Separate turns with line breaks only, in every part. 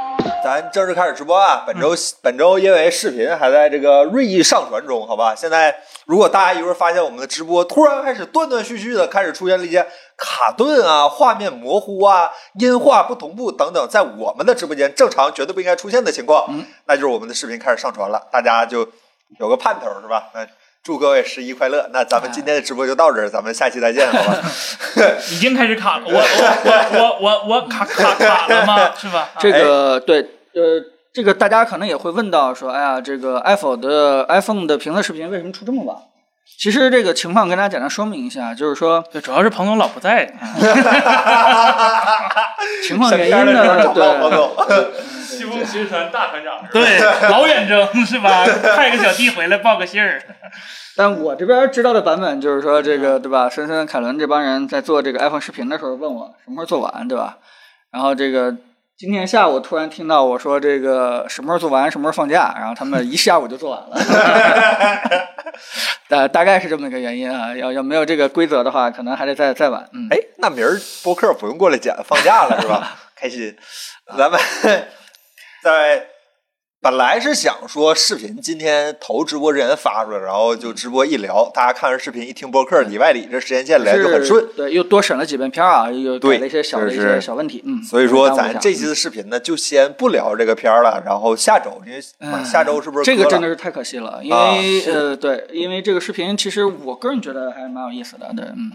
们正式开始直播
嗯
啊！本周、本周因为视频还在这个锐意上传中，好吧？现在如果大家一会儿发现我们的直播突然开始断断续续的开始出现了一些卡顿啊、画面模糊啊、音画不同步等等，在我们的直播间正常绝对不应该出现的情况，
嗯
那就是我们的视频开始上传了，大家就有个盼头是吧？那祝各位十一快乐！那咱
哎
们今天的直播就到这儿，咱们下期再见，好吧？
已经开始卡了，我我我我我我卡卡卡了吗？是吧？啊
这
哎
个对，呃，这个大家可能也会问到说，哎呀，这个 iPhone 的 iPhone 的评测视频为什么出这么晚？其实这个情况跟大家简单说明一下，就是说
对，主要是彭总老不在，啊
情况
身
原
边的
因
这种
呢，
找不到朋
对，
友。
西风学传大船长，对，老远征是吧？派个小弟回来报个信儿，
但我这边知道的版本就是说，这个对吧？森森、凯伦这帮人在做这个 iPhone 视频的时候问我什么时候做完，对吧？然后这个今天下午突然听到我说这个什么时候做完，什么时候放假，然后他们一下午就做完了。 呃大大概是这么一个原因啊，要要没有这个规则的话，可能还得再再晚。嗯，
哎，那明儿播客不用过来剪，放假了是 吧？开心，咱们在本来是想说视频今天头直播之前发出来，然后就直播一聊，大家看着视频一听播客，里外里这时间线连就很顺
是。对，又多审了几遍片儿啊，又
对
改了一些小的一
是
些小问题。嗯，
所以说，
耽误一
咱
下
这期的视频呢，就先不聊这个片儿了，然后下周，因为
嗯
下周是不是
这个
割了
真的是太可惜了，因为、
啊
呃，对，因为这个视频其实我个人觉得还蛮有意思的，对，嗯，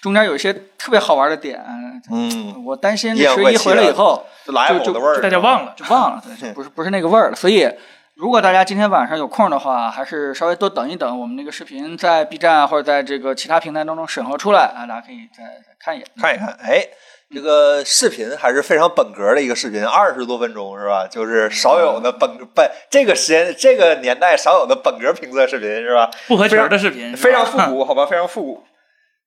中间有一些特别好玩的点，呃
嗯，
我担心
一言
这
为
十一
起
回来
了
以后
就来
就
我的
就
味儿，
大家忘了。
就忘 了，对，就不是不是那个味儿了。所以，如果大家今天晚上有空的话，还是稍微多等一等，我们那个视频在 B 站啊或者在这个其他平台当中审核出来啊，大家可以再再看一眼。
看一看，哎，这个视频还是非常本格的一个视频，二十多分钟是吧？就是少有的本本这个时间这个年代少有的本格评测视频是吧？
不合群儿的视频，
非常
是
复
吧
古，好吧，非常复古。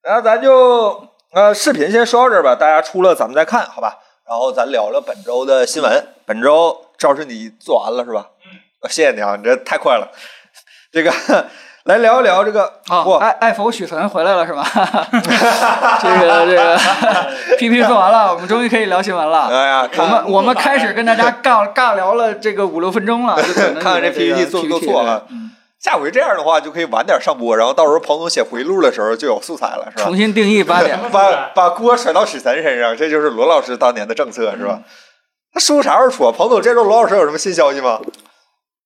然后咱就呃，视频先说到这儿吧，大家出了咱们再看，好吧？然后咱聊聊本周的新闻。本周赵是你做完了是吧？嗯，谢谢你啊，你这太快了。这个来聊一聊这个
哦，
哇
艾艾佛许岑回来了是吧？ 这个 这个 PP 做完了，我们终于可以聊新闻了。
哎呀，
我
看
们我们开始跟大 家尬尬聊了这个五六分钟了，就可能你的
看看这 PPT 做不做错了
PPT 嗯
下回这样的话，就可以晚点上播，然后到时候彭总写回忆录的时候就有素材了，是吧
重？新定义八点。
把把锅甩到许岑身上，这就是罗老师当年的政策，是吧？他书啥时候出啊？彭总，这周罗老师有什么新消息吗？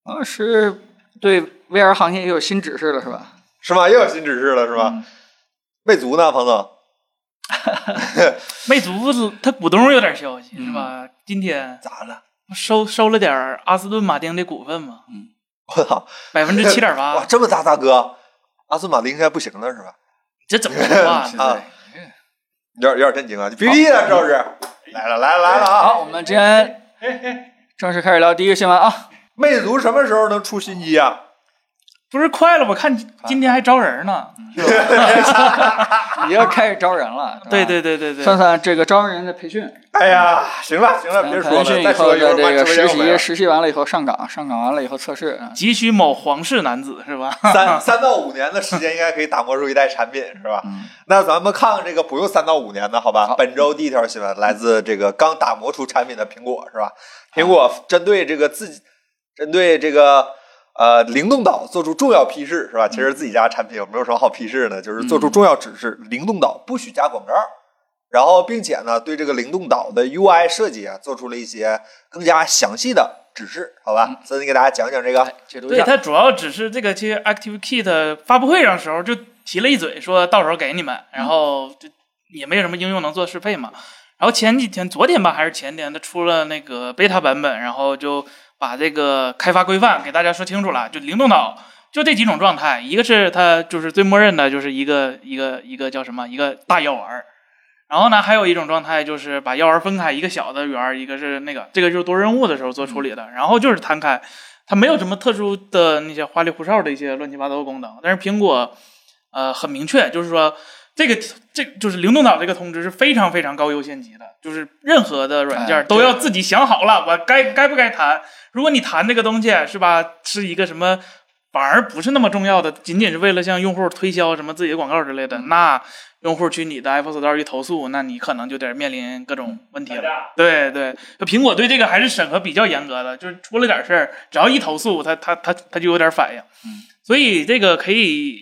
啊，是对 VR 行业也有新指示了是吧？
是吗？又有新指示了，是
是
吧？？魅族呢，彭总？
魅族它股东有点消息是吧？今天
咋了？
收收了点儿阿斯顿马丁的股份嘛，
我操！
百分之七点
啊
哇，
八，
这么大，大哥，阿斯顿马丁现在不行了，是吧？
这怎么说啊？
啊，有点有点震惊啊！你必须的，赵是来了，来了，来了啊！
好，我们今天正式开始聊第一个新闻啊。
魅族什么时候能出新机 啊？
不是快了？我看今天还招人呢。
也要开始招人了，是吧
对。对对对对，
算算这个招人的培训，嗯
哎呀，行了行了，别说了，
培训以
再
后
说一会
在
儿
这
把直播
个实
间没
习，
了
实习完了以后上岗，上岗完了以后测试，啊
急需某皇室男子是吧？
三三到五年的时间应该可以打磨出一代产品，是吧？
嗯
那咱们看看这个不用三到五年的好吧？
好
本周第一条新闻来自这个刚打磨出产品的苹果，是吧？苹果针对这个自己，针对这个呃灵动岛做出重要批示，是吧？其
嗯
实自己家产品有没有什么好批示呢？就是做出重要指示，灵动岛不许加广告。然后，并且呢，对这个灵动岛的 UI 设计啊，做出了一些更加详细的指示，好
嗯
吧？森森给大家讲讲这个
来，解读一
对，
下。
它主要只是这个其实 Active Kit 发布会上时候就提了一嘴，说到时候给你们，然后就也没有什么应用能做适配嘛。然后前几天，昨天吧还是前天，它出了那个 beta 版本，然后就把这个开发规范给大家说清楚了，就灵动岛。就这几种状态，一个是它就是最默认的，就是一个一个一个叫什么一个大药丸儿，然后呢，还有一种状态就是把药丸分开，一个小的圆儿，一个是那个，这个就是多任务的时候做处理的，然后就是摊开，它没有什么特殊的那些花里胡哨的一些乱七八糟的功能，但是苹果呃很明确，就是说这个这就是灵动岛这个通知是非常非常高优先级的，就是任何的软
哎
件都要自己想好了，我该该不该谈。如果你谈这个东西是吧，是一个什么反而不是那么重要的，仅仅是为了向用户推销什么自己的广告之类的，那用户去你的 Apple Store 一投诉，那你可能就得面临各种问题了。对对，就苹果对这个还是审核比较严格的，就是出了点事儿，只要一投诉，他他他他就有点反应。
嗯
所以这个可以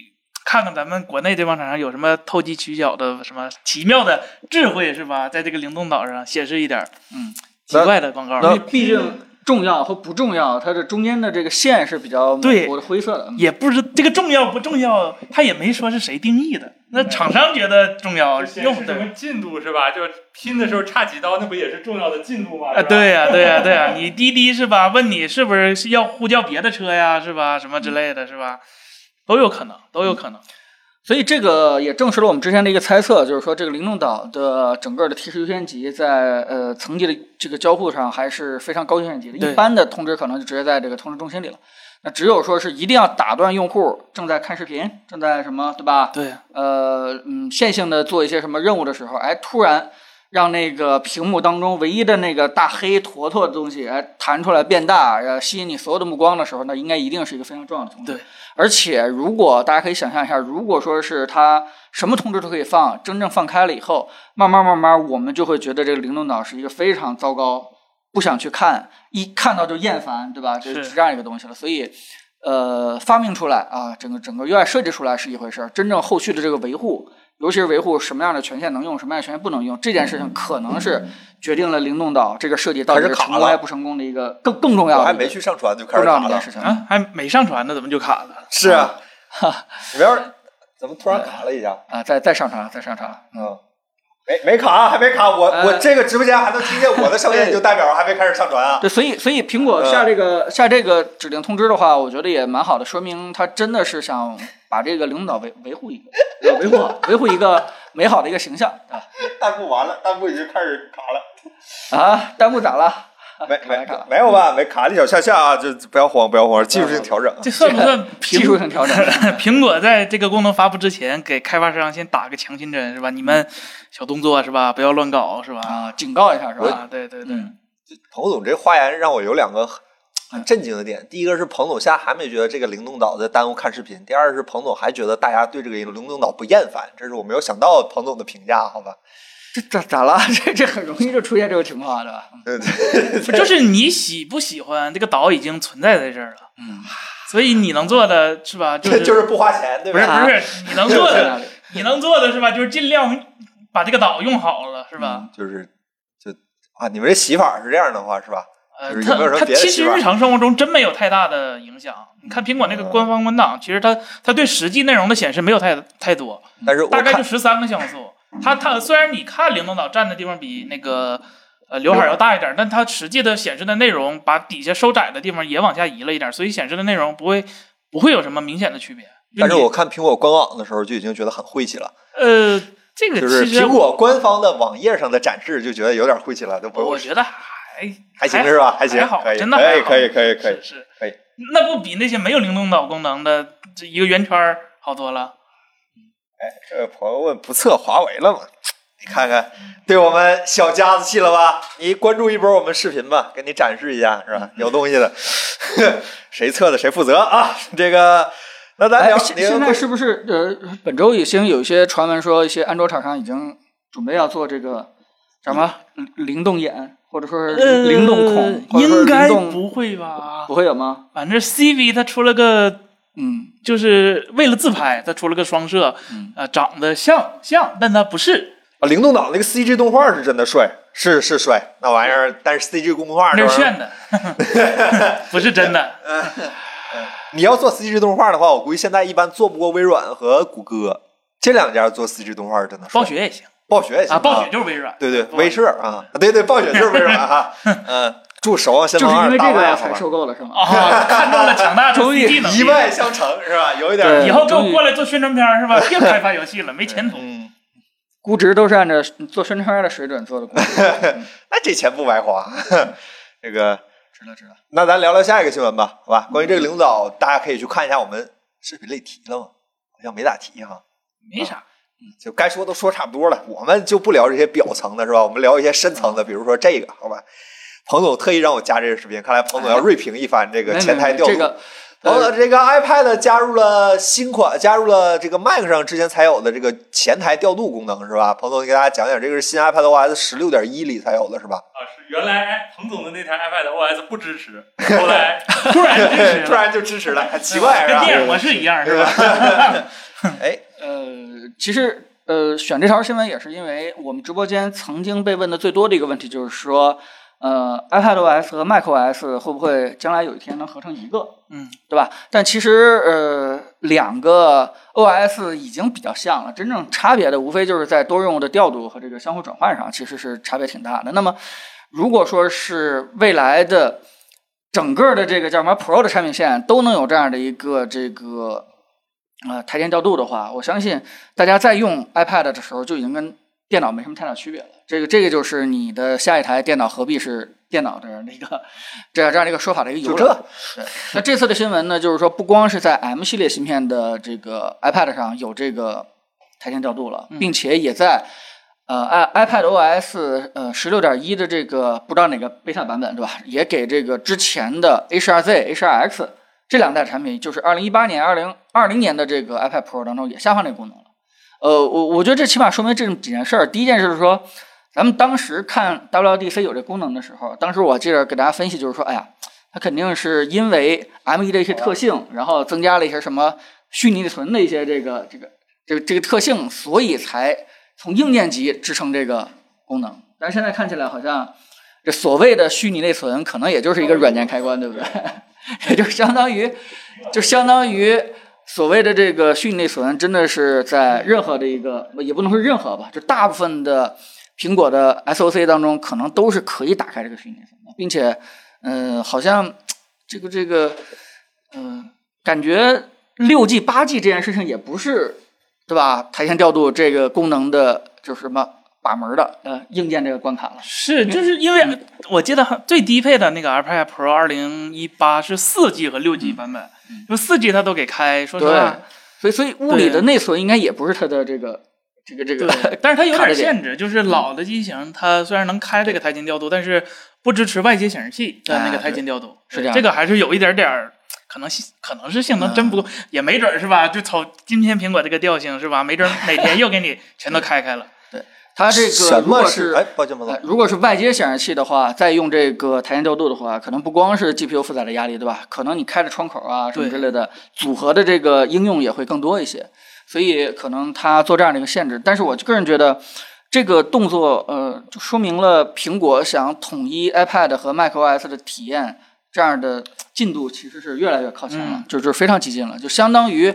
看看咱们国内这帮厂商有什么投机取巧的、什么奇妙的智慧，是吧？在这个灵动岛上显示一点，
嗯，
奇怪的广告
那
因为。毕竟重要和不重要，它这中间的这个线是比较模
对
糊的、灰色的。嗯
也不知这个重要不重要，他也没说是谁定义的。那厂商觉得啊重 要，
显
用
示什
的
么进度是吧？就是拼的时候差几刀，那不也是重要的进度吗？
啊，
是吧
对呀、对呀、对呀、你滴滴是吧？问你是不是要呼叫别的车呀，是吧？什么之类的，是吧？都有可能，都有可能。
所以这个也证实了我们之前的一个猜测，就是说这个灵动岛的整个的提示优先级在呃层级的这个交互上还是非常高优先级的。
对
一般的通知可能就直接在这个通知中心里了。那只有说是一定要打断用户正在看视频，正在什么，对吧？
对，
呃，嗯，线性的做一些什么任务的时候，哎，突然让那个屏幕当中唯一的那个大黑坨坨的东西，哎，弹出来变大，呃，吸引你所有的目光的时候，那应该一定是一个非常重要的通知。
对，
而且如果大家可以想象一下，如果说是它什么通知都可以放，真正放开了以后，慢慢慢慢，我们就会觉得这个灵动岛是一个非常糟糕，不想去看，一看到就厌烦，对吧？这
是
是这样一个东西了，所以。呃，发明出来啊，整个整个 UI 设计出来是一回事儿，真正后续的这个维护，尤其是维护什么样的权限能用，什么样的权限不能用，这件事情可能是决定了灵动岛这个设计到底
开始
是
卡
成功
了
还是不成功的一个更更重要的
我
哎
还
一个，
没去上传就开
更
始
重要
卡
的一件
了。
事情。
啊，还没上传呢，怎么就卡了？
是啊，
嗯
里边儿怎么突然卡了一下？
啊，再再上传，再上传。
嗯，没没卡，啊还没卡，我
呃
我这个直播间还能听见我的声音，
嗯
就代表还没开始上传啊。
对，所以所以苹果
嗯
下这个、下这个指令通知的话，我觉得也蛮好的，说明它真的是想把这个领导维维护一个，呃维护好维护一个美好的一个形象
弹幕完了，弹幕已经开始卡了。
啊。弹幕咋了？
没
卡
没
了卡了嗯
没有吧？没卡了一小下下啊，就就不要慌，不要慌，技术性调整。啊
这算不算
技
苹
术 性调整。
苹果在这个功能发布之前，给开发商先打个强心针是吧？你们小动作是吧？不要乱搞是吧？
啊，警告一下是吧？
啊，对对对，
嗯，
彭总这发言让我有两个很很震惊的点，第一个是彭总现在还没觉得这个灵动岛在耽误看视频，第二是彭总还觉得大家对这个灵动岛不厌烦，这是我没有想到彭总的评价，好吧？
这咋咋了？ 这这很容易就出现这种情况啊，对吧？
对对
不就是你喜不喜欢这个岛已经存在在这儿了，
嗯，
所以你能做的是吧？就
这
是
就是不花钱，对
不
不
是
对？
不是你能做
在
的，
哪里？
你能做的是吧？就是尽量把这个岛用好了是吧？
就是就啊，你们这洗法是这样的话是吧？
呃
就是，有没有什么
它它
别的
其
习
实
惯
日常生活中真没有太大的影响。你看苹果那个官方文档，其实它它对实际内容的显示没有太太多，
但是我
嗯大概就
看嗯
十三个像素。它它虽然你看灵动岛站的地方比那个呃刘海儿要大一点，但它实际的显示的内容把底下收窄的地方也往下移了一点，所以显示的内容不会不会有什么明显的区别。就
但是
你
我看苹果官网的时候就已经觉得很晦气了，
呃，这个
就是
其实
苹果官方的网页上的展示就觉得有点晦气了，都不
我
用
我觉得还
还行是吧？还行
哦还，好
可以，
真的
可
还
以，
好
可以，可以，可以
是。是
可以，
那不比那些没有灵动岛功能的这一个圆圈儿好多了。
这位呃朋友问不测华为了吗？你看看，对我们小家子气了吧？你关注一波我们视频吧，给你展示一下是
嗯
吧？有东西的， 谁测的谁负责啊？这个，那咱
哎，
聊
现
那个
现在
关
是不是呃，本周已经有一些传闻说，一些安卓厂商已经准备要做这个叫什么灵灵动眼，或者说是
呃
灵动孔，或者说是
呃应该
灵动
不会吧？
不会有吗？
反正 CV 它出了个
嗯，
就是为了自拍，他出了个双摄，
嗯
呃，长得像像，但他不是，
啊，灵动岛那个 CG 动画是真的帅，是是帅，那玩意儿，但是 CG 动画
那
这玩
是
意儿
炫的， 不是真的。
你要做 CG 动画的话，我估计现在一般做不过微软和谷歌这两家做 CG 动画，真的帅
暴雪也行
暴雪也行
啊，暴雪就是微软，
对对，
不
威社啊，对对，暴雪就是微软啊，嗯，祝《守望先
就是
锋二
因》为
大
这个
卖好
才
吧？
收购了是吗？
啊，看中了强大的
终于
CG 能
一脉
力，
相承是吧？有一
对
点，
以后给
终
我
于
过来做宣传片儿是吧？别开发游戏了，没前途。
嗯，
估值都是按照做宣传的水准做的估值，
那这钱不白花。 这个，
值了值了。
那咱聊聊下一个新闻吧，好吧？关于
嗯
这个领导，大家可以去看一下我们视频类题了吗？好像没咋提哈，啊
没啥，
就该说都说差不多了，我们就不聊这些表层的是吧？我们聊一些深层的，比如说这 个，好吧？彭总特意让我加这个视频，看来彭总要锐评一番这个
哎没
前
没
台
没
调度。
这个呃
然后呢，这个 iPad 加入了新款，加入了这个 Mac 上之前才有的这个前台调度功能，是吧？彭总，你给大家讲讲，这个是新 iPad OS 十六点一里才有的，是吧？
啊，是原来彭总的那台 iPad OS 不支持，后 来突然支 持
突
了，
然就支持了，很奇怪，是
啊跟电影
吧？
模式一样是吧？
哎，
呃，其实呃，选这条新闻也是因为我们直播间曾经被问的最多的一个问题就是说，呃，iPadOS 和 macOS 会不会将来有一天能合成一个？
嗯，
对吧？但其实呃，两个 OS 已经比较像了，真正差别的无非就是在多任务的调度和这个相互转换上，其实是差别挺大的。那么如果说是未来的整个的这个叫什么 Pro 的产品线都能有这样的一个这个呃台前调度的话，我相信大家在用 iPad 的时候就已经跟电脑没什么太大区别了。这个这个就是你的下一台电脑何必是电脑的那个 这样这样的一个说法的一个由
就
来。
这，
那这次的新闻呢，就是说不光是在 M 系列芯片的这个 iPad 上有这个台前调度了，
嗯
并且也在呃 i iPad OS 呃十六点一的这个不知道哪个 beta 版本对吧，也给这个之前的 H2Z、H2X 这两代产品，就是二零一八年、二零二零年的这个 iPad Pro 当中也下放这个功能了。呃，我我觉得这起码说明这几件事儿。第一件事是说，咱们当时看 WDC 有这功能的时候，当时我记得给大家分析就是说，哎呀，它肯定是因为 M1 的一些特性，然后增加了一些什么虚拟存的一些这个这个这个这个特性，所以才从硬件级支撑这个功能。但是现在看起来好像这所谓的虚拟内存，可能也就是一个软件开关，对不对？ 也就相当于，就相当于所谓的这个虚拟内存，真的是在任何的一个，也不能说任何吧，就大部分的苹果的 SOC 当中，可能都是可以打开这个虚拟内存的，并且，呃，好像这个这个，呃，感觉六 G 八 G 这件事情也不是，对吧？台前调度这个功能的，就是什么把门的，呃，硬件这个关卡了。
是，就是因为我记得最低配的那个 iPad Pro 二零一八是四 G 和六 G 版本，就四 G 它都给开，说实话，
所以所以物理
对
的内存应该也不是它的这个这个这个
对，但是它有
看
点
着点
限制，就是老的机型它虽然能开这个台前调度，但是不支持外接显示器的那个
啊
台前调度，
是是这样
这个还是有一点点儿。可能性可能是性能真不够，
嗯
也没准儿是吧？就瞅今天苹果这个调性是吧？没准儿哪天又给你全都开开了。
它这个
什
如果
么
是
哎，抱歉，彭总
呃，如果是外接显示器的话，再用这个台前调度的话，可能不光是 GPU 负载的压力，对吧？可能你开的窗口啊什么
对
之类的组合的这个应用也会更多一些，所以可能它做这样的一个限制。但是我个人觉得，这个动作呃，就说明了苹果想统一 iPad 和 macOS 的体验，这样的进度其实是越来越靠前了，
嗯
就就是非常激进了，就相当于。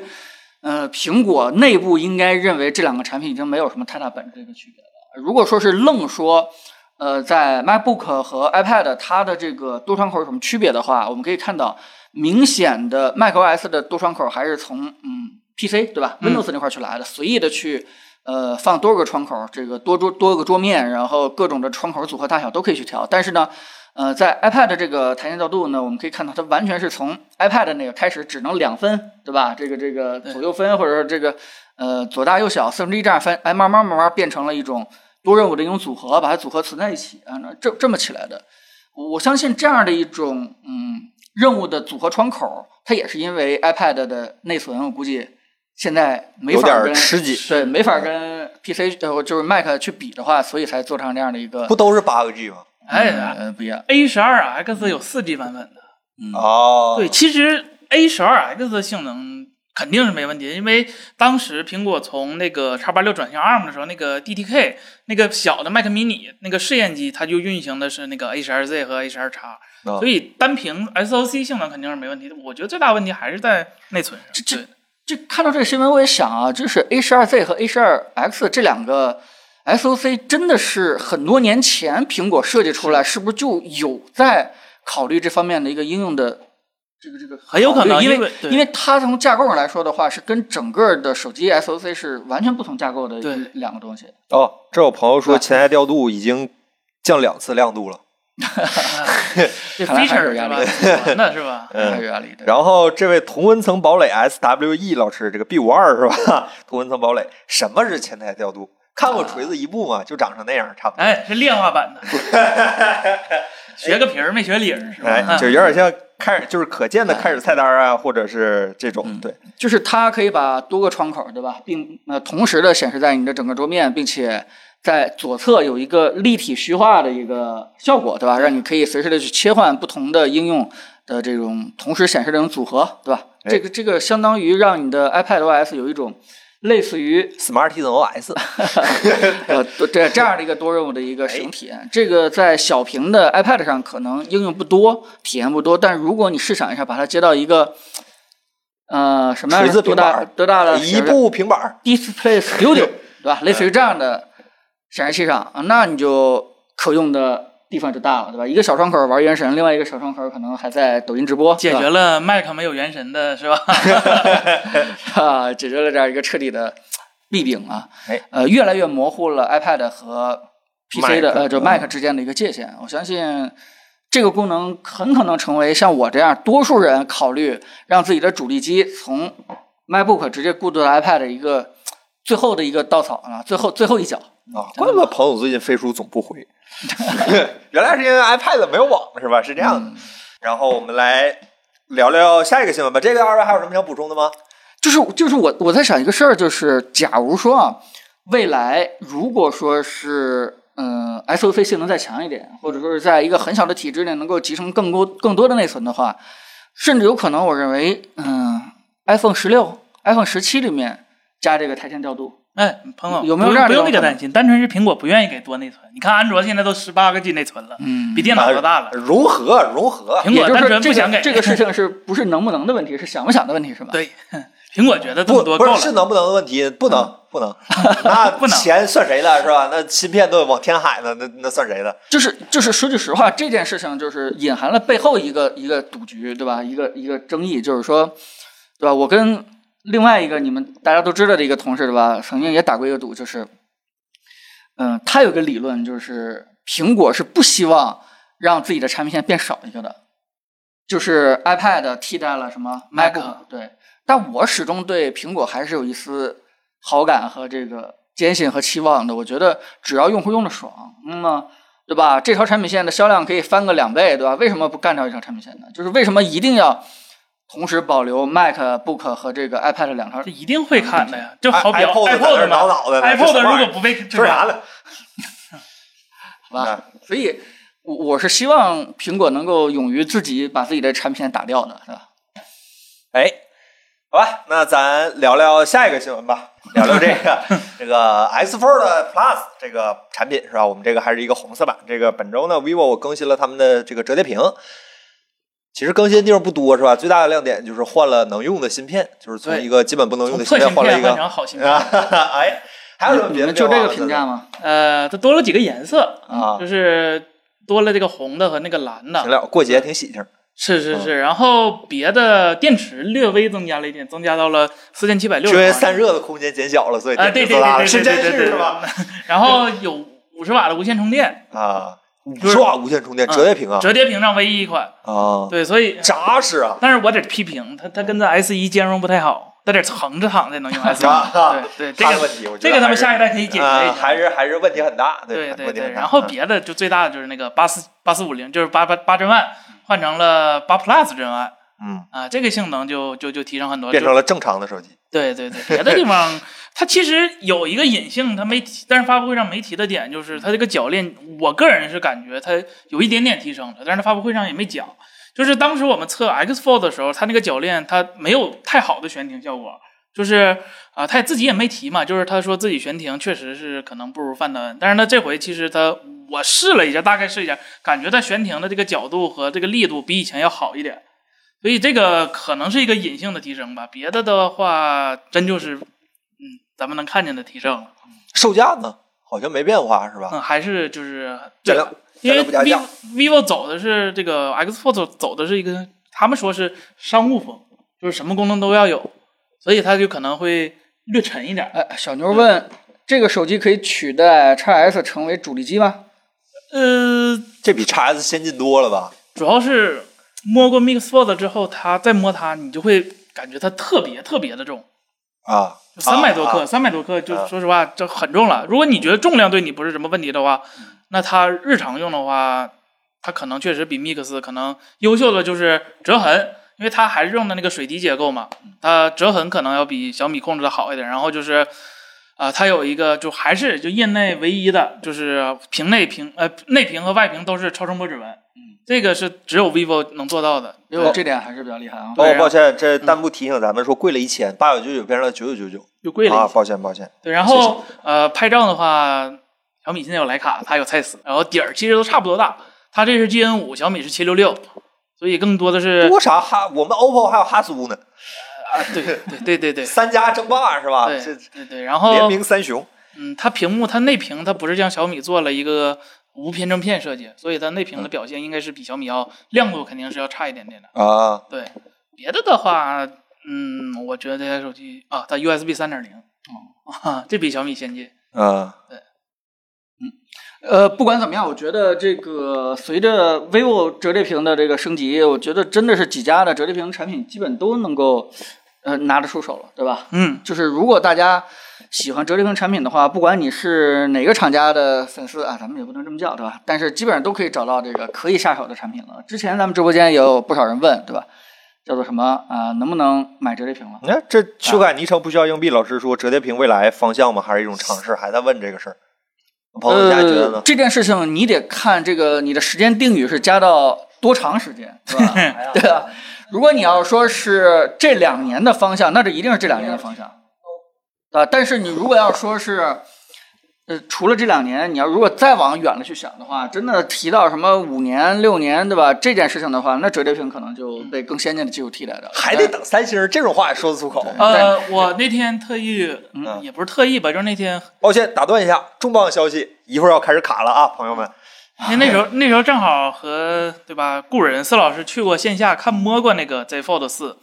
呃，苹果内部应该认为这两个产品已经没有什么太大本质的一个区别了。如果说是愣说，呃，在 MacBook 和 iPad 它的这个多窗口有什么区别的话，我们可以看到明显的 macOS 的多窗口还是从嗯 PC 对吧
嗯
，Windows 那块儿去来的，随意的去呃放多个窗口，这个多桌多个桌面，然后各种的窗口组合大小都可以去调。但是呢，呃，在 iPad 这个台前调度呢，我们可以看到它完全是从 iPad 那个开始，只能两分，对吧？这个这个左右分，或者说这个呃左大右小四分之一这样分，哎，慢慢慢慢变成了一种多任务的一种组合，把它组合存在一起啊，那这这么起来的。我相信这样的一种嗯任务的组合窗口，它也是因为 iPad 的内存，我估计现在没
有
法
点
跟
吃紧，
对没法跟 PC 呃就是 Mac 去比的话，所以才做成这样的一个
不都是八个 G 吗？
哎呀
呃不一样。
，A 十二啊 X 有四 G 版本的，
哦，
对，其实 A 十二 X 的性能肯定是没问题，因为当时苹果从那个叉八六转向 ARM 的时候，那个 DTK 那个小的 Mac mini 那个试验机，它就运行的是那个 A 十二 Z 和 A 十二 X，
哦
所以单凭 SOC 性能肯定是没问题的。我觉得最大问题还是在内存上。
这
对
这看到这个新闻，我也想啊，就是 A 1 2 Z 和 A 1 2 X 这两个 SOC 真的是很多年前苹果设计出来，是不是就有在考虑这方面的一个应用的这个这个考虑？
很有可能
因
因为哦对
因为它从架构上来说的话，是跟整个的手机 SOC 是完全不同架构的
对
两个东西。
哦，这有朋友说
对
前台调度已经降两次亮度了。
这
看来还
feature
是有
是
压
吧？ 完的是吧？
还有压力的。
然后这位同温层堡垒 S W E 老师，这个 B 五二是吧？ 同温层堡垒，什么是前台调
哎
度？看过锤子一部吗？就长成那样，差不多。
哎，是量化版的。学个皮儿没学理儿是吧？
哎，
嗯
就有点像开始就是可见的开始菜单啊，或者是这种
嗯
对，
就是它可以把多个窗口，对吧，并呃同时的显示在你的整个桌面，并且在左侧有一个立体虚化的一个效果，对吧？让你可以随时的去切换不同的应用的这种同时显示的这种组合，对吧？
哎
这个这个相当于让你的 iPad OS 有一种类似 于
Smartisan OS，
呃多这这样的一个多任务的一个使用体
哎
验。这个在小屏的 iPad 上可能应用不多，体验不多，但如果你试想一下，把它接到一个呃什么样
锤子
的
平
多大
板
多大的
一部平板儿，
Display Studio，对吧？类似于这样的显示器上，啊那你就可用的地方就大了，对吧？一个小窗口玩原神，另外一个小窗口可能还在抖音直播，
解
对吧
决了 Mac 没有原神的是吧？
啊，解决了这样一个彻底的弊病啊。
哎
呃，越来越模糊了 iPad 和 PC 的
Mac，
呃，就
嗯
Mac 之间的一个界限。我相信这个功能很可能成为像我这样多数人考虑让自己的主力机从 MacBook 直接过渡到 iPad 的一个最后的一个稻草啊，最后最后一脚。
啊，怪不得彭总最近飞书总不回，原来是因为 iPad 没有网是吧？是这样的。然后我们来聊聊下一个新闻吧。这个二位还有什么想补充的吗？
就是就是我我在想一个事儿，就是假如说啊，未来如果说是嗯、SOC 性能再强一点，或者说是在一个很小的体制内能够集成更多更多的内存的话，甚至有可能我认为嗯、iPhone 十六、iPhone 十七里面加这个台前调度，
哎，彭总
有没有
不
这样
不
的
用
可
那
能
个担心，单纯是苹果不愿意给多内存。你看安卓现在都十八个 G 内存了，
嗯
比电脑都大了。
融合融合，
苹
也
果
就
单
是
纯
这
不想
个
给
这个事情是不是能不能的问题，是想不想的问题是吧？
对，苹果觉得这
不
么多
不
够
是是
了。嗯
能不能的问题，不能不 能，那
不能
钱算谁的是吧？那芯片都往天海了，那那算谁的？
就是就是说句实话，这件事情就是隐含了背后一个一个赌局，对吧？一个一个争议，就是说，对吧？我跟另外一个你们大家都知道的一个同事，对吧？曾经也打过一个赌，就是，嗯，他有个理论，就是苹果是不希望让自己的产品线变少一个的，就是 iPad 替代了什么
Mac
MacBook，对。但我始终对苹果还是有一丝好感和这个坚信和期望的。我觉得只要用户用的爽，那么对吧？这条产品线的销量可以翻个两倍，对吧？为什么不干掉一条产品线呢？就是为什么一定要同时保留 Mac、Book 和这个 iPad 两条
这？一定会看的呀，就好比
iPod 在那儿
iPod
挠
嘛
脑袋呢这
，iPod
什么玩意儿
如果不被
说啥了？
好吧，
嗯
所以我我是希望苹果能够勇于自己把自己的产品线打掉的，对吧？
哎，好吧，那咱聊聊下一个新闻吧，聊聊这 个这个 S Fold Plus 这个产品是吧？我们这个还是一个红色版。这个本周呢，vivo 我更新了他们的这个折叠屏。其实更新的地方不多是吧？最大的亮点就是换了能用的芯片，就是从
对
一个基本不能用的芯
破芯
片
片
换了一个
换成好芯片。
啊，哈哈 哎，还有什么
你
别的
们
变
嗯就
化吗？
这个评价嗯吗？
呃，它多了几个颜色，
啊
就，是多了这个红的和那个蓝
行
的。
了，嗯过节挺喜庆。
是是是，然后别的电池略微增加了一点，增加到了四千七百六
是因为
十
散热的空间减小了， 所以
啊，
电
对
池
对
做 大了，
对对
是
对
真
对
是
对
是吧？？
然后有五十瓦的无线充电，
啊，五十瓦无线充电，折叠屏啊
嗯折叠屏上唯一一款。
啊，
对，所以
扎实啊！
但是我得批评它，它跟这 S 一兼容不太好，它得横着躺才能用 S
啊
一。对对，
他的
这个
问题，我觉得
这个他
还
们
是
下一代可以解决
啊
一下。
还是还是问题很大，问
对
题
对，
很大。
然后
嗯
别的就最大的就是那个八四八四五零，就是八八八针万换成了八 Plus 针万
嗯，
啊，这个性能就就就提升很多，
变
就
成了正常的手机。
对对对，别的地方它其实有一个隐性，它没提，但是发布会上没提的点就是它这个铰链，我个人是感觉它有一点点提升了，但是它发布会上也没讲。就是当时我们测 X Fold 的时候，它那个铰链它没有太好的悬停效果，就是啊、呃，他也自己也没提嘛，就是他说自己悬停确实是可能不如范德恩，但是呢，这回其实他我试了一下，大概试一下，感觉他悬停的这个角度和这个力度比以前要好一点，所以这个可能是一个隐性的提升吧。别的的话，真就是嗯，咱们能看见的提升了，
售价呢，好像没变化是吧？
嗯，还是就是
质
对
量
因为
不加
vivo
价
vivo 走的是这个 X Fold 走的是一个，他们说是商务风，就是什么功能都要有，所以它就可能会略沉一点。
哎，小牛问，这个手机可以取代 XS 成为主力机吗？
呃，
这比 x S 先进多了吧？
主要是摸过 Mix Fold 之后，它再摸它，你就会感觉它特别特别的重，
啊，
三百多
啊
克，三百、多克，就
啊
说实话，这很重了。如果你觉得重量对你不是什么问题的话，那它日常用的话，它可能确实比 Mix 可能优秀的就是折痕，因为它还是用的那个水滴结构嘛，它折痕可能要比小米控制的好一点。然后就是，啊、它有一个就还是就业内唯一的，就是屏内屏呃内屏和外屏都是超声波指纹，嗯，这个是只有 vivo 能做到的。
哎
因为我这点还是比较厉害啊。
哦
对啊，
抱歉，这弹幕提醒咱们说贵了一千，八九九九变成了九九九九
就嗯贵了一
啊！
些。
抱歉抱歉，
对，然后呃，拍照的话，小米现在有徕卡，它有蔡司，然后底儿其实都差不多大。它这是 GN 五，小米是七六六，所以更多的是
多啥哈？我们 OPPO 还有哈苏呢，
啊，对对对 对对
三家争霸啊是吧？这
对对对。然
联
后
名三雄，
嗯，它屏幕它内屏它不是像小米做了一个无偏振片设计，所以它
嗯
内屏的表现应该是比小米要亮度肯定是要差一点点的。
啊，
对，别的的话，嗯，我觉得这台手机啊，它 USB 三点零，啊，这比小米先进。
嗯，
呃，不管怎么样，我觉得这个随着 vivo 折叠屏的这个升级，我觉得真的是几家的折叠屏产品基本都能够呃拿得出手了，对吧？
嗯，
就是如果大家喜欢折叠屏产品的话，不管你是哪个厂家的粉丝啊，咱们也不能这么叫，对吧？但是基本上都可以找到这个可以下手的产品了。之前咱们直播间也有不少人问，对吧？叫做什么啊、能不能买折叠屏了？
你看哎这修改昵称不需要硬币。老师说折叠屏未来方向吗？还是一种尝试？还在问这个事儿。朋友，你家觉得
呃
呢，？
这件事情你得看这个你的时间定语是加到多长时间，是吧？ 对
哎
吧？如果你要说是这两年的方向，那这一定是这两年的方向，啊。但是你如果要说是，呃，除了这两年，你要如果再往远了去想的话，真的提到什么五年、六年，对吧？这件事情的话，那折叠屏可能就被更先进的技术替代掉了，
还得等三星儿，这种话也说得出口。
呃，我那天特意，
嗯
也不是特意吧，就是那天，
抱歉，打断一下，重磅消息，一会儿要开始卡了啊，朋友们。
因为那时候那时候正好和对吧，故人四老师去过线下看摸过那个 Z Fold 四，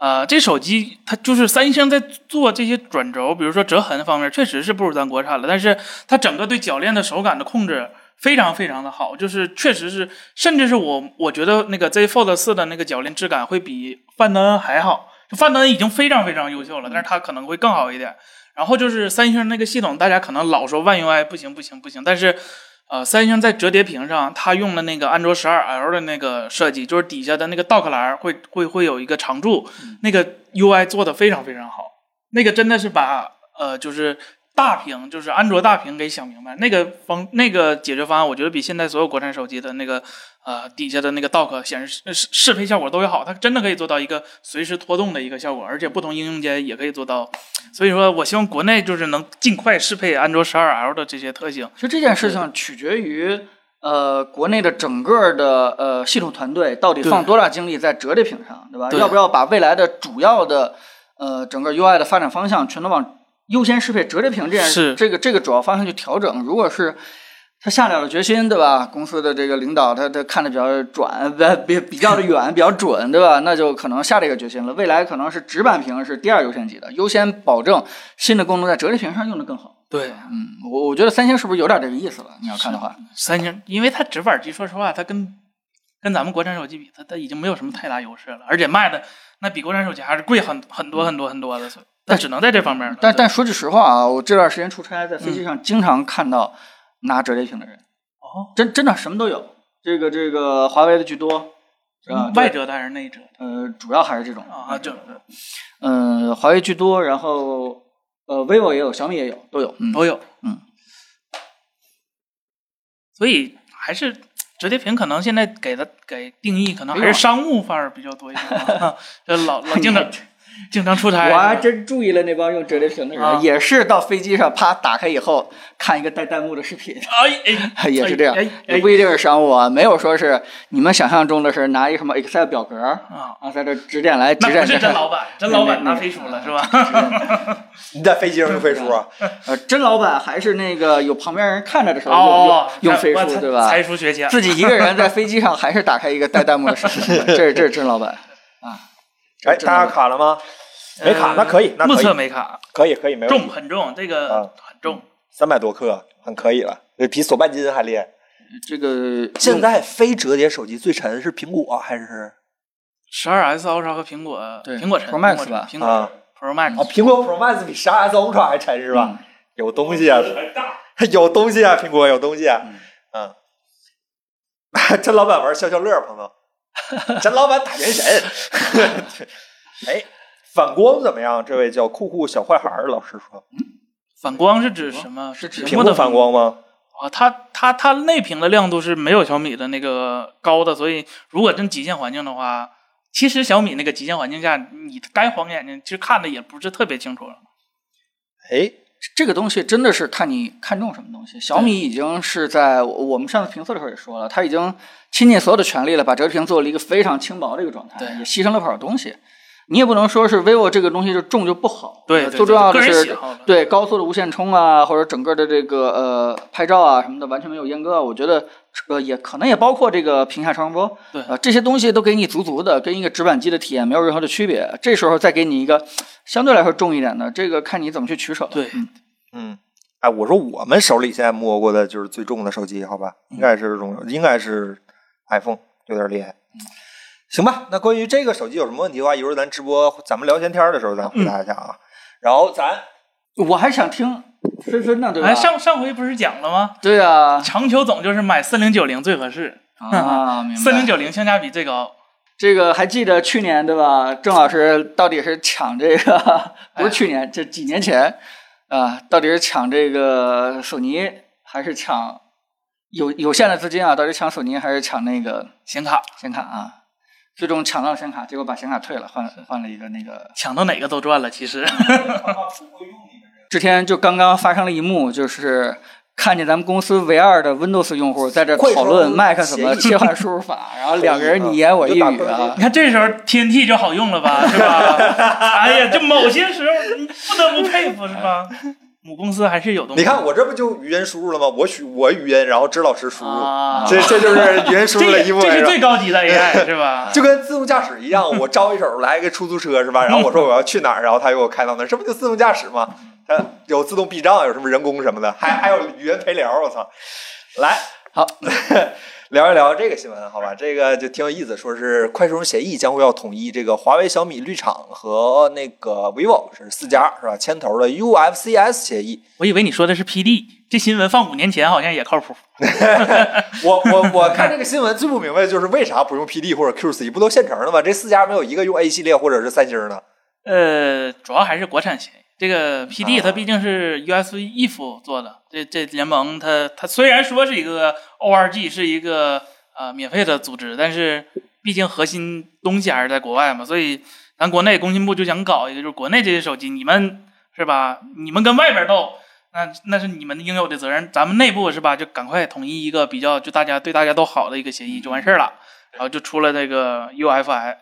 呃，这手机它就是三星在做这些转轴，比如说折痕方面，确实是不如咱国产了，但是它整个对铰链的手感的控制。非常非常的好，就是确实是，甚至是我我觉得那个 Z Fold 四的那个铰链质感会比范德恩还好，就范德恩已经非常非常优秀了，但是它可能会更好一点。然后就是三星那个系统，大家可能老说 One UI 不行不行不行，但是呃，三星在折叠屏上，它用了那个安卓十二 L 的那个设计，就是底下的那个 dock 栏儿会会会有一个常驻，那个 UI 做的非常非常好，那个真的是把呃就是大屏，就是安卓大屏给想明白，那个方那个解决方案，我觉得比现在所有国产手机的那个呃底下的那个 dock 显示呃适适配效果都要好，它真的可以做到一个随时拖动的一个效果，而且不同应用间也可以做到，所以说我希望国内就是能尽快适配安卓十二 L 的这些特性。
其实这件事情取决于呃国内的整个的呃系统团队到底放
对
多大精力在折叠屏上，对吧？
对
要不要把未来的主要的呃整个 UI 的发展方向全都往优先适配折叠屏这件
是
这个这个主要方向去调整？如果是他下了决心，对吧？公司的这个领导，他他看的比较转，不比比较的远，比较准，对吧？那就可能下这个决心了。未来可能是直板屏是第二优先级的，优先保证新的功能在折叠屏上用的更好。
对，
嗯，我我觉得三星是不是有点这个意思了？你要看的话，
三星，因为它直板机，说实话，它跟跟咱们国产手机比，它它已经没有什么太大优势了，而且卖的那比国产手机还是贵很很多很多很多的，所以它只能在这方面了。
但
对嗯
但说句实话啊，我这段时间出差在飞机上经常看到拿折叠屏的人，
哦，
真真的什么都有。这个这个华为的居多，啊，
嗯外
对
折的还是内折的
呃主要还是这种
啊啊，就
呃华为居多，然后呃 vivo 也有，小米也有，都有。嗯，
都有，
嗯，
所以还是折叠屏可能现在给的给定义可能还
没有
是
啊哎
商务范儿比较多一点啊， 这 老老经常经常出差，
我还真注意了那帮用折叠屏的人，
啊
也是到飞机上啪打开以后看一个带弹幕的视频，
哎哎
也是这样
哎哎
也不一定是商务啊，没有说是你们想象中的是拿一个什么 Excel 表格儿
啊，
啊，在这指点来指
那
点
不
去。
是真老板，真老板
那
拿
那
飞鼠了是吧？
你在飞机上用飞书啊？
呃，真老板还是那个有旁边人看着的时候用、
哦，
用用
才
飞
我
书
才
对吧？
才疏学浅，
自己一个人在飞机上还是打开一个带弹幕的视频，这是这是真老板。
哎，大家卡了吗？没卡，
呃
那可以，那
目
可
测
以，
没
嗯
卡，
可以，可以，没问
重
题。
很重，这
啊
个很重。
三百多克，很可以了，这比索伴金还厉害。
这个嗯
现在非折叠手机最沉是苹果啊还是
十二 S Ultra 和苹果
对
苹果沉
Pro Max
苹果沉
吧
苹果
啊？
Pro Max
哦，苹果 Pro Max 比啥 S Ultra 还沉是吧？有东西啊，
很大。
有东西啊，苹果有东西啊。嗯， 陈老板玩消消乐，朋友，陈老板打原神。 哎，反光怎么样？这位叫酷酷小坏孩儿老师说，
反光是指什么？
是指
屏
幕
幕
的
反光吗？
啊，它它它内屏的亮度是没有小米的那个高的，所以如果真极限环境的话，其实小米那个极限环境下，你该晃眼睛，其实看的也不是特别清楚了。
哎，
这个东西真的是看你看重什么东西。小米已经是在我我们上次评测的时候也说了，它已经倾尽所有的全力了，把折屏做了一个非常轻薄的一个状态，
对
也牺牲了不少东西。你也不能说是 vivo 这个东西就重就不好，
对
呃
对
最重
对
要的
个人
是
喜好了
对高速的无线充啊，或者整个的这个呃拍照啊什么的完全没有阉割啊。我觉得呃也可能也包括这个屏下超声波，
对
呃这些东西都给你足足的，跟一个直板机的体验没有任何的区别。这时候再给你一个相对来说重一点的，这个看你怎么去取舍了。
对
嗯
嗯，哎，我说我们手里现在摸过的就是最重的手机，好吧？应该是中，应该是 iPhone，有点厉害。行吧，那关于这个手机有什么问题的话，一会儿咱直播咱们聊闲天儿的时候咱回答一下啊。然后咱
我还想听深深呢，对吧？
哎，上上回不是讲了吗？
对啊，
长球总就是买四零九零最合适，
啊，明白。
四零九零性价比最高。
这个还记得去年对吧？郑老师到底是抢这个，
哎
不是去年，这几年前啊，到底是抢这个索尼，还是抢有有限的资金啊？到底抢索尼还是抢那个
显卡
显卡啊？最终抢到了显卡，结果把显卡退了，换换了一个那个。
抢到哪个都赚了，其 实
之前就刚刚发生了一幕，就是看见咱们公司唯二的 Windows 用户在这讨论
会说
Mac 怎么切 换输入法，然后两个人你言我一
就打
语
官
啊
司。
你看这时候 TNT 就好用了 吧，是吧？哎呀，就某些时候你不得不佩服，是吧？母公司还是有东西。
你看我这不就语音输入了吗？我许我语音，然后支老师输入，
啊，
这这就是语音输
这
入的
也
一部 啊
这
分是
是
吧
最高级的 AI 是吧？
就跟自动驾驶一样，我招一手来一个出租车是吧？然后我说我要去哪儿，然后他给我开到那儿，这不就自动驾驶吗？它有自动避障，有什么人工什么的，还还有语言陪聊，我操！来，
好，
聊一聊这个新闻，好吧？这个就挺有意思，说是快速协议将会要统一这个华为、小米、绿厂和那个 vivo 是四家是吧？牵头的 UFCS 协议，
我以为你说的是 PD，这新闻放五年前好像也靠谱。
我我 我看这个新闻最不明白的就是为啥不用 PD 或者 QC，不都现成的吗？这四家没有一个用 A 系列或者是三星的。
呃，主要还是国产协议。这个 PD
啊
它毕竟是 US EF E 做的，这这联盟它它虽然说是一个 ORG 是一个呃免费的组织，但是毕竟核心东西还是在国外嘛，所以咱国内工信部就想搞一个，就是国内这些手机你们是吧？你们跟外边斗，那那是你们应有的责任，咱们内部是吧？就赶快统一一个比较就大家对大家都好的一个协议就完事儿了，然后就出了这个 UFI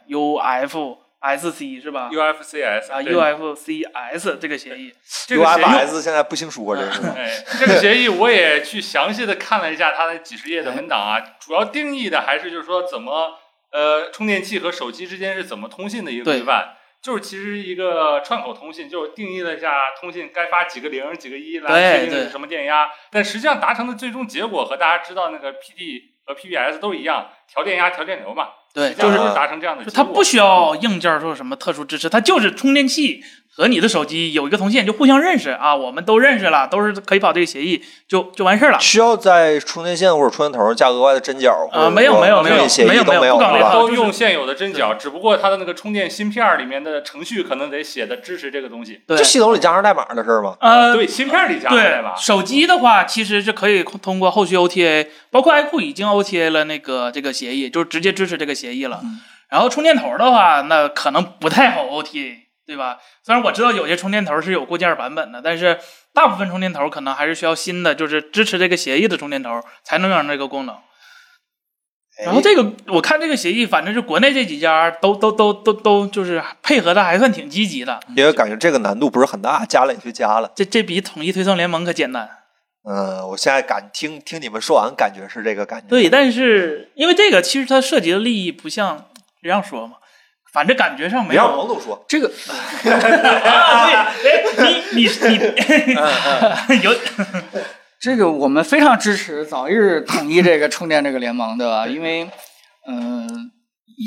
UFSC 是吧？
UFCS
啊
对
UFCS 这个协议，
这个协议，
UFS 现在不兴说这个。
哎，这个协议我也去详细的看了一下它的几十页的文档啊， 主要定义的还是就是说怎么呃充电器和手机之间是怎么通信的一个
对
规范。就是其实一个串口通信，就是定义了一下通信该发几个零几个一来
对
确定是
对
什么电压，但实际上达成的最终结果和大家知道那个 PD 和 PBS 都一样，调电压、调电流嘛，
对，
实际上
就是
啊
是达成这样的
就
结果。
它不需要硬件说什么特殊支持，它就是充电器和你的手机有一个铜线，就互相认识啊，我们都认识了，都是可以跑这个协议，就就完事儿了。
需要在充电线或者充电头加额外的针脚或者
啊没有
说
没有
通
没有
信协
没
议
有
都
没有
有
不搞
是
那套
吧？
都用现有的针脚，只不过它的那个充电芯片儿里面的程序可能得写的支持这个东西。
对
这，系统里加上代码的事儿吗？
呃，
对，芯片儿里加进来
对
吧，。
手机的话其实是可以通过后续 OTA，包括 iQOO 已经 OTA 了那个这个协议，就是直接支持这个协议了。
嗯
然后充电头的话，那可能不太好 OTA，对吧？虽然我知道有些充电头是有固件版本的，但是大部分充电头可能还是需要新的，就是支持这个协议的充电头才能让这个功能。然后
哎
这个我看这个协议，反正是国内这几家都都都都都就是配合的还算挺积极的，
嗯
因为感觉这个难度不是很大，加了也就加了。
这这比统一推送联盟可简单。
嗯，我现在感听听你们说完，感觉是这个感觉。
对，但是因为这个，其实它涉及的利益不像这样说嘛，反正感觉上
你
没
让
有。
王总说，
这个
啊对，哎 你你
嗯
你 有
这个我们啊非常支持早日统一这个充电这个联盟，对吧？因为，嗯、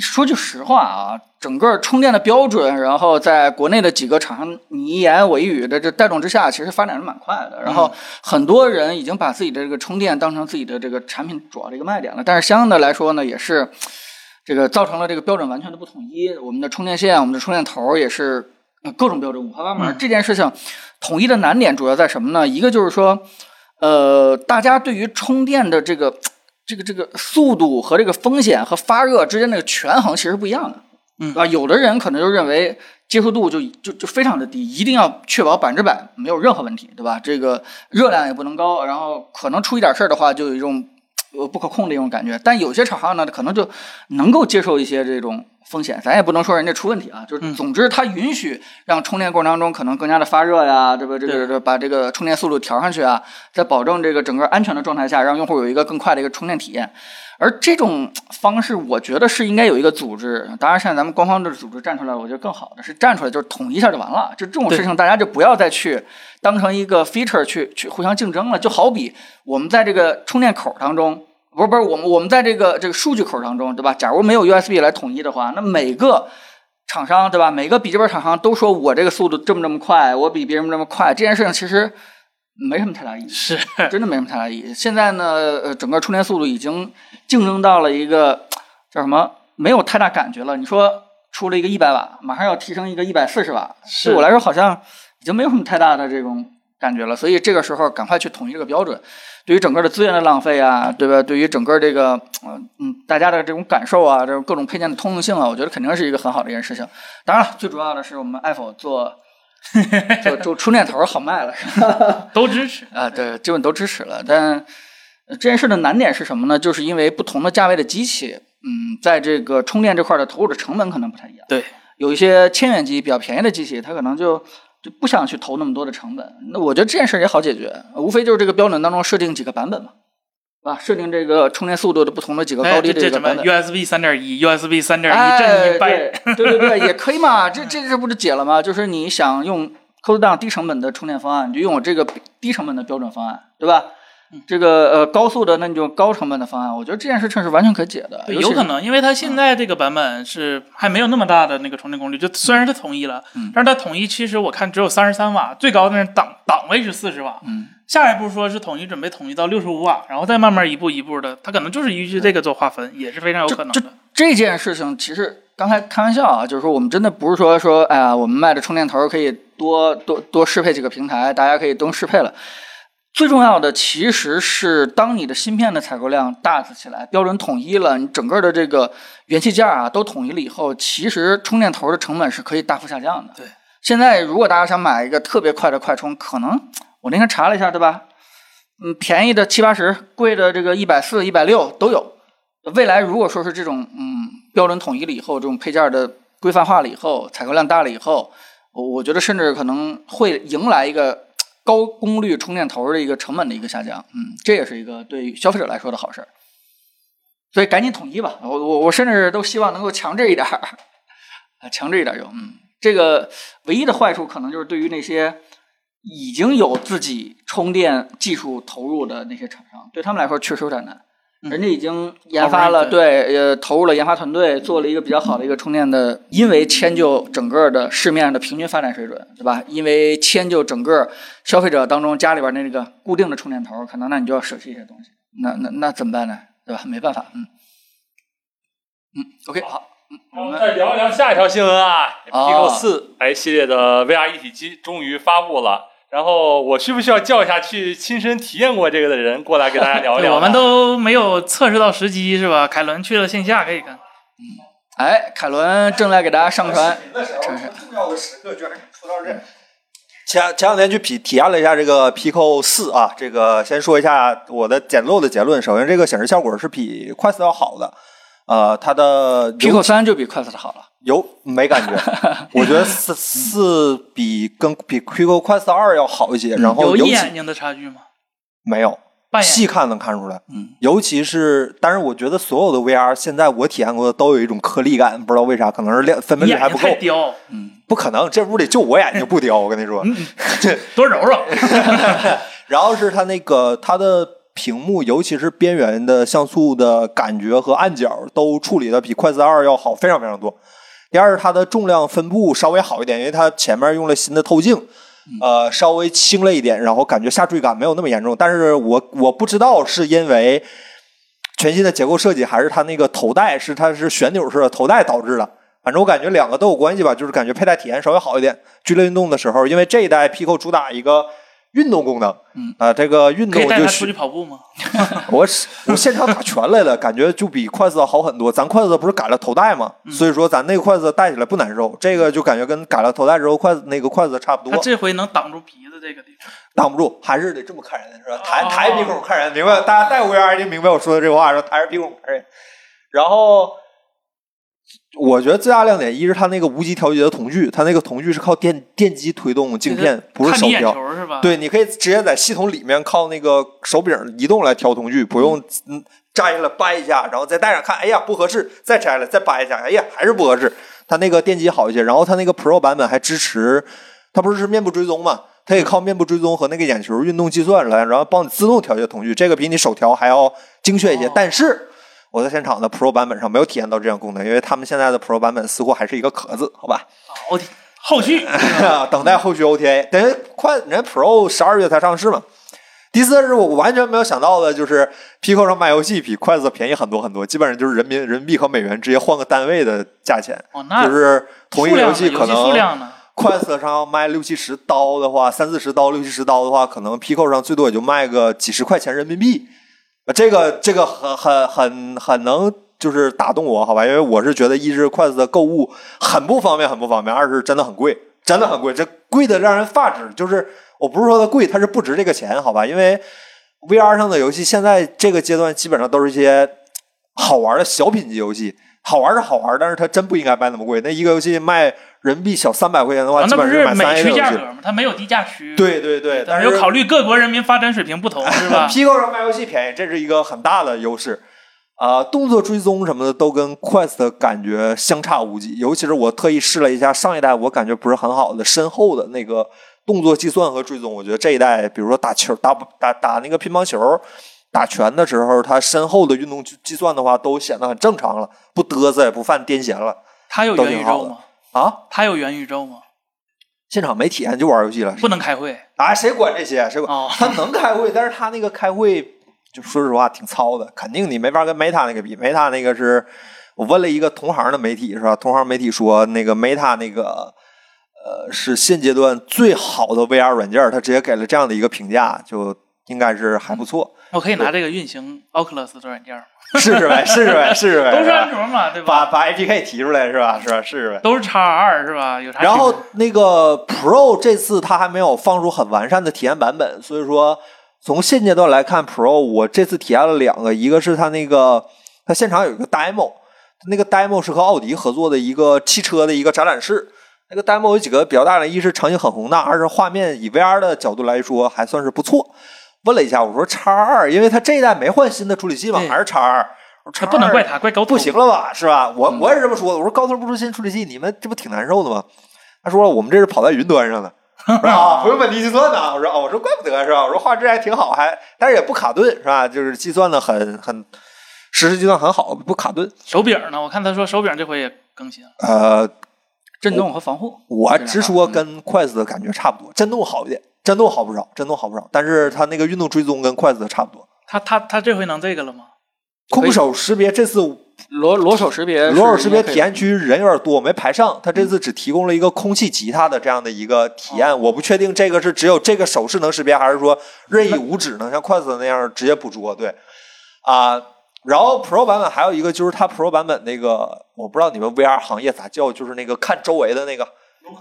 说句实话啊，整个充电的标准，然后在国内的几个厂商你一言我一语的这带动之下，其实发展的蛮快的。然后很多人已经把自己的这个充电当成自己的这个产品主要的一个卖点了。但是相应的来说呢，也是这个造成了这个标准完全的不统一。我们的充电线、我们的充电头也是呃各种标准五花八门。
嗯
这件事情统一的难点主要在什么呢？一个就是说，呃，大家对于充电的这个这个这个速度和这个风险和发热之间的权衡其实不一样的，
嗯
啊，有的人可能就认为接受度就就就非常的低，一定要确保百分之百没有任何问题，对吧？这个热量也不能高，然后可能出一点事儿的话，就有一种呃不可控的一种感觉。但有些厂商呢，可能就能够接受一些这种风险，咱也不能说人家出问题啊，就是
嗯
总之它允许让充电过程当中可能更加的发热呀，对吧？这个
对
这把这个充电速度调上去啊，在保证这个整个安全的状态下，让用户有一个更快的一个充电体验。而这种方式，我觉得是应该有一个组织。当然，现在咱们官方的组织站出来了，我觉得更好的是站出来就是统一一下就完了。就这种事情，大家就不要再去当成一个 feature 去去互相竞争了。就好比我们在这个充电口当中，不是不是我们我们在这个这个数据口当中，对吧？假如没有 USB 来统一的话，那每个厂商对吧？每个笔记本厂商都说我这个速度这么这么快，我比别人这么快，这件事情其实没什么太大意义。
是，
真的没什么太大意义。现在呢，呃，整个充电速度已经竞争到了一个叫什么，没有太大感觉了。你说出了一个一百瓦，马上要提升一个一百四十瓦，
是
对我来说好像已经没有什么太大的这种感觉了。所以这个时候赶快去统一这个标准，对于整个的资源的浪费啊，对吧？对于整个这个嗯嗯大家的这种感受啊，这种各种配件的通用性啊，我觉得肯定是一个很好的一件事情。当然了，最主要的是我们 Apple 做做做充电头好卖了。
都支持。
啊，对，基本都支持了。但呃这件事的难点是什么呢？就是因为不同的价位的机器，嗯，在这个充电这块的投入的成本可能不太一样。
对，
有一些千元机比较便宜的机器，它可能就就不想去投那么多的成本。那我觉得这件事也好解决，无非就是这个标准当中设定几个版本嘛，啊，设定这个充电速度的不同的几个
哎，
高低
这
的一
这
个
什
版
么
本。
USB 三点一、USB 三点
哎，
一正一掰，
对对对对，也可以嘛， 这这这不就解了吗？就是你想用 cost down 低成本的充电方案，你就用我这个低成本的标准方案，对吧？
嗯
这个呃高速的，那你就高成本的方案，我觉得这件事情是完全可以解的，
对，
尤其
有可能，因为它现在这个版本是还没有那么大的那个充电功率，就虽然它统一了，
嗯
但是它统一其实我看只有三十三瓦，最高那是档档位是四十瓦，
嗯，
下一步说是统一准备统一到六十五瓦，然后再慢慢一步一步的，它可能就是依据这个做划分，也是非常有可能
这
的。
这件事情其实刚才开玩笑啊，就是说我们真的不是说说，哎呀，我们卖的充电头可以多多多适配几个平台，大家可以都适配了。最重要的其实是，当你的芯片的采购量大起来，标准统一了，你整个的这个元器件啊都统一了以后，其实充电头的成本是可以大幅下降的。
对，
现在如果大家想买一个特别快的快充，可能我那天查了一下，对吧？嗯，便宜的七八十，贵的这个一百四、一百六都有。未来如果说是这种嗯标准统一了以后，这种配件的规范化了以后，采购量大了以后，我我觉得甚至可能会迎来一个高功率充电头的一个成本的一个下降，嗯，这也是一个对于消费者来说的好事儿。所以赶紧统一吧，我我我甚至都希望能够强制一点儿，啊，强制一点儿用，嗯，这个唯一的坏处可能就是对于那些已经有自己充电技术投入的那些厂商，对他们来说确实有点难。
嗯
人家已经研发了，
Alright
对，呃，投入了研发团队，做了一个比较好的一个充电的，因为迁就整个的市面上的平均发展水准，对吧？因为迁就整个消费者当中家里边那个固定的充电头，可能那你就要舍弃一些东西，那那那怎么办呢？对吧？没办法，嗯，嗯，OK，好，
我们再聊一聊下一条新闻啊
啊
，Pico 四 i 系列的 VR 一体机终于发布了。然后我需不需要叫一下去亲身体验过这个的人过来给大家聊一
对
聊？
我们都没有测试到时机是吧？凯伦去了线下可以看，
哎，凯伦正在给大家上传
视频的时候，
真是
重要的时刻居然说到这。前前两天去体体验了一下这个 Pico 四啊，这个先说一下我的简陋的结论。首先，这个显示效果是比 Quest 要好的，呃，它的有
Pico 三就比 Quest 好了，
有没感 觉？我觉得四四比跟比 Pico Quest 二要好一些，然后
嗯有
尤
一
其
眼睛的差距吗？
没有
半眼
细看能看出来，
嗯，
尤其是，但是我觉得所有的 VR 现在我体验过的都有一种颗粒感，不知道为啥，可能是亮分辨率
眼
还
睛
不够
太，刁，
不可能，这屋里就我眼睛不刁，我跟你说，
多揉揉。
然后是它那个它的屏幕，尤其是边缘的像素的感觉和暗角都处理的比快四二要好非常非常多。第二是它的重量分布稍微好一点，因为它前面用了新的透镜，
嗯
呃，稍微轻了一点，然后感觉下坠感没有那么严重。但是我我不知道是因为全新的结构设计，还是它那个头戴是它是旋钮式的头戴导致的。反正我感觉两个都有关系吧，就是感觉佩戴体验稍微好一点。剧烈运动的时候，因为这一代 Pico 主打一个运动功能，
嗯
啊、这个运
可
动
以
我
带他
就
出
需
去跑步吗？
我是我现场打拳来了， 感觉就比筷子好很多。咱筷子不是改了头带吗？
嗯
所以说咱那个筷子戴起来不难受，这个就感觉跟改了头带之后筷子那个筷子差不
他
多，
这回能挡住鼻子这个地方，
挡不住，还是得这么看人是吧？抬
哦
抬鼻孔看人，明白？大家戴 VR 就明白我说的这话，说抬着鼻孔看人。然后我觉得最大亮点一是它那个无极调节的瞳距，它那个瞳距是靠电电机推动镜片，不是
看
手
你眼
标。
球是吧？，
对，你可以直接在系统里面靠那个手柄移动来调瞳距，不用嗯摘下来掰一下，然后再戴上看，哎呀不合适，再摘下来再掰一下，哎呀还是不合适。它那个电机好一些，然后它那个 Pro 版本还支持，它不是是面部追踪嘛？它也靠面部追踪和那个眼球运动计算来，然后帮你自动调节瞳距，这个比你手调还要精确一些。
哦
但是我在现场的 Pro 版本上没有体验到这样功能，因为他们现在的 Pro 版本似乎还是一个壳子，好吧？
我的后 续
等待后续 OTA，等于快人家 Pro 十二月才上市嘛。第四是我完全没有想到的，就是 Pico 上卖游戏比筷子便宜很多很多，基本上就是人民人民币和美元直接换个单位的价钱，
哦，那
就是同一
数
个
量
游
呢
戏可
游戏数
能
量呢？
筷子上卖六七十刀的话，三四十刀、六七十刀的话，可能 Pico 上最多也就卖个几十块钱人民币。呃这个这个很很很很能就是打动我，好吧？因为我是觉得一是筷子的购物很不方便，很不方便；二是真的很贵，真的很贵，这贵的让人发指。就是我不是说它贵，它是不值这个钱，好吧？因为 VR 上的游戏现在这个阶段基本上都是一些好玩的小品级游戏。好玩是好玩，但是它真不应该卖那么贵。那一个游戏卖人民币小三百块钱的话，
啊，
基
那不
本上
是
买三 A 的
美区
游
价
戏。
格吗？它没有低价区，，
对对对，但
没
是
有考虑各国人民发展水平不同 是吧？
Pico 上卖游戏便宜，这是一个很大的优势。啊、动作追踪什么的都跟 Quest 的感觉相差无几，尤其是我特意试了一下上一代我感觉不是很好的身后的那个动作计算和追踪，我觉得这一代，比如说打球、打打打那个乒乓球、打拳的时候，它身后的运动计计算的话都显得很正常了，不嘚瑟也不犯癫痫了
它有
都
元
挺
宇
好
宙
的
吗？
啊！
它有元宇宙吗？
现场没体验就玩游戏了，
不能开会
啊，谁管这些？谁管？
哦，
他能开会，但是他那个开会，就说实话挺糙的，肯定你没法跟 Meta 那个比。Meta 那个是我问了一个同行的媒体是吧？同行媒体说那个 Meta 那个呃是现阶段最好的 VR 软件，他直接给了这样的一个评价，就应该是还不 错，
我可以拿这个运行 Oculus 的软件吗？
试试呗，试试呗，试试呗，
都
是
是安
吧
卓嘛，对
把
吧？
把 APK 提出来是吧？是吧？试试呗。
都是 x R 是吧？有啥区别？
然后那个 Pro 这次它还没有放出很完善的体验版本，所以说从现阶段来看，Pro 我这次体验了两个，一个是它那个它现场有一个 demo，那个 demo 是和奥迪合作的一个汽车的一个展览室。那个 demo 有几个比较大的，一是场景很宏大，二是画面以 VR 的角度来说还算是不错。问了一下，我说 x 二，因为它这一代没换新的处理器嘛，
对
还是 x 二，我
这
说
不能
X2
怪它，怪高
不
通
行。了吧，是吧？我我也是这么说的，我说高通不出新处理器，你们这不挺难受的吗？他说我们这是跑在云端上的，我说啊，不用本地计算的。我说哦，我说怪不得是吧？我说画质还挺好，还但是也不卡顿是吧？就是计算的很很实时计算很好，不卡顿。
手柄呢？我看他说手柄这回也更新了，
呃，
震动和防护。
我直说
嗯
跟筷子的感觉差不多，震动好一点，震动好不少，震动好不少，但是它那个运动追踪跟筷子差不多。
他他他这回能这个了吗？
空手识别这次
裸裸手识别，
罗尔识别体验区人有点多，没排上。他这次只提供了一个空气吉他的这样的一个体验，我不确定这个是只有这个手势能识别，还是说任意五指能像筷子那样直接捕捉。对，啊、然后 Pro 版本还有一个就是它 Pro 版本那个，我不知道你们 VR 行业咋叫，就是那个看周围的那个，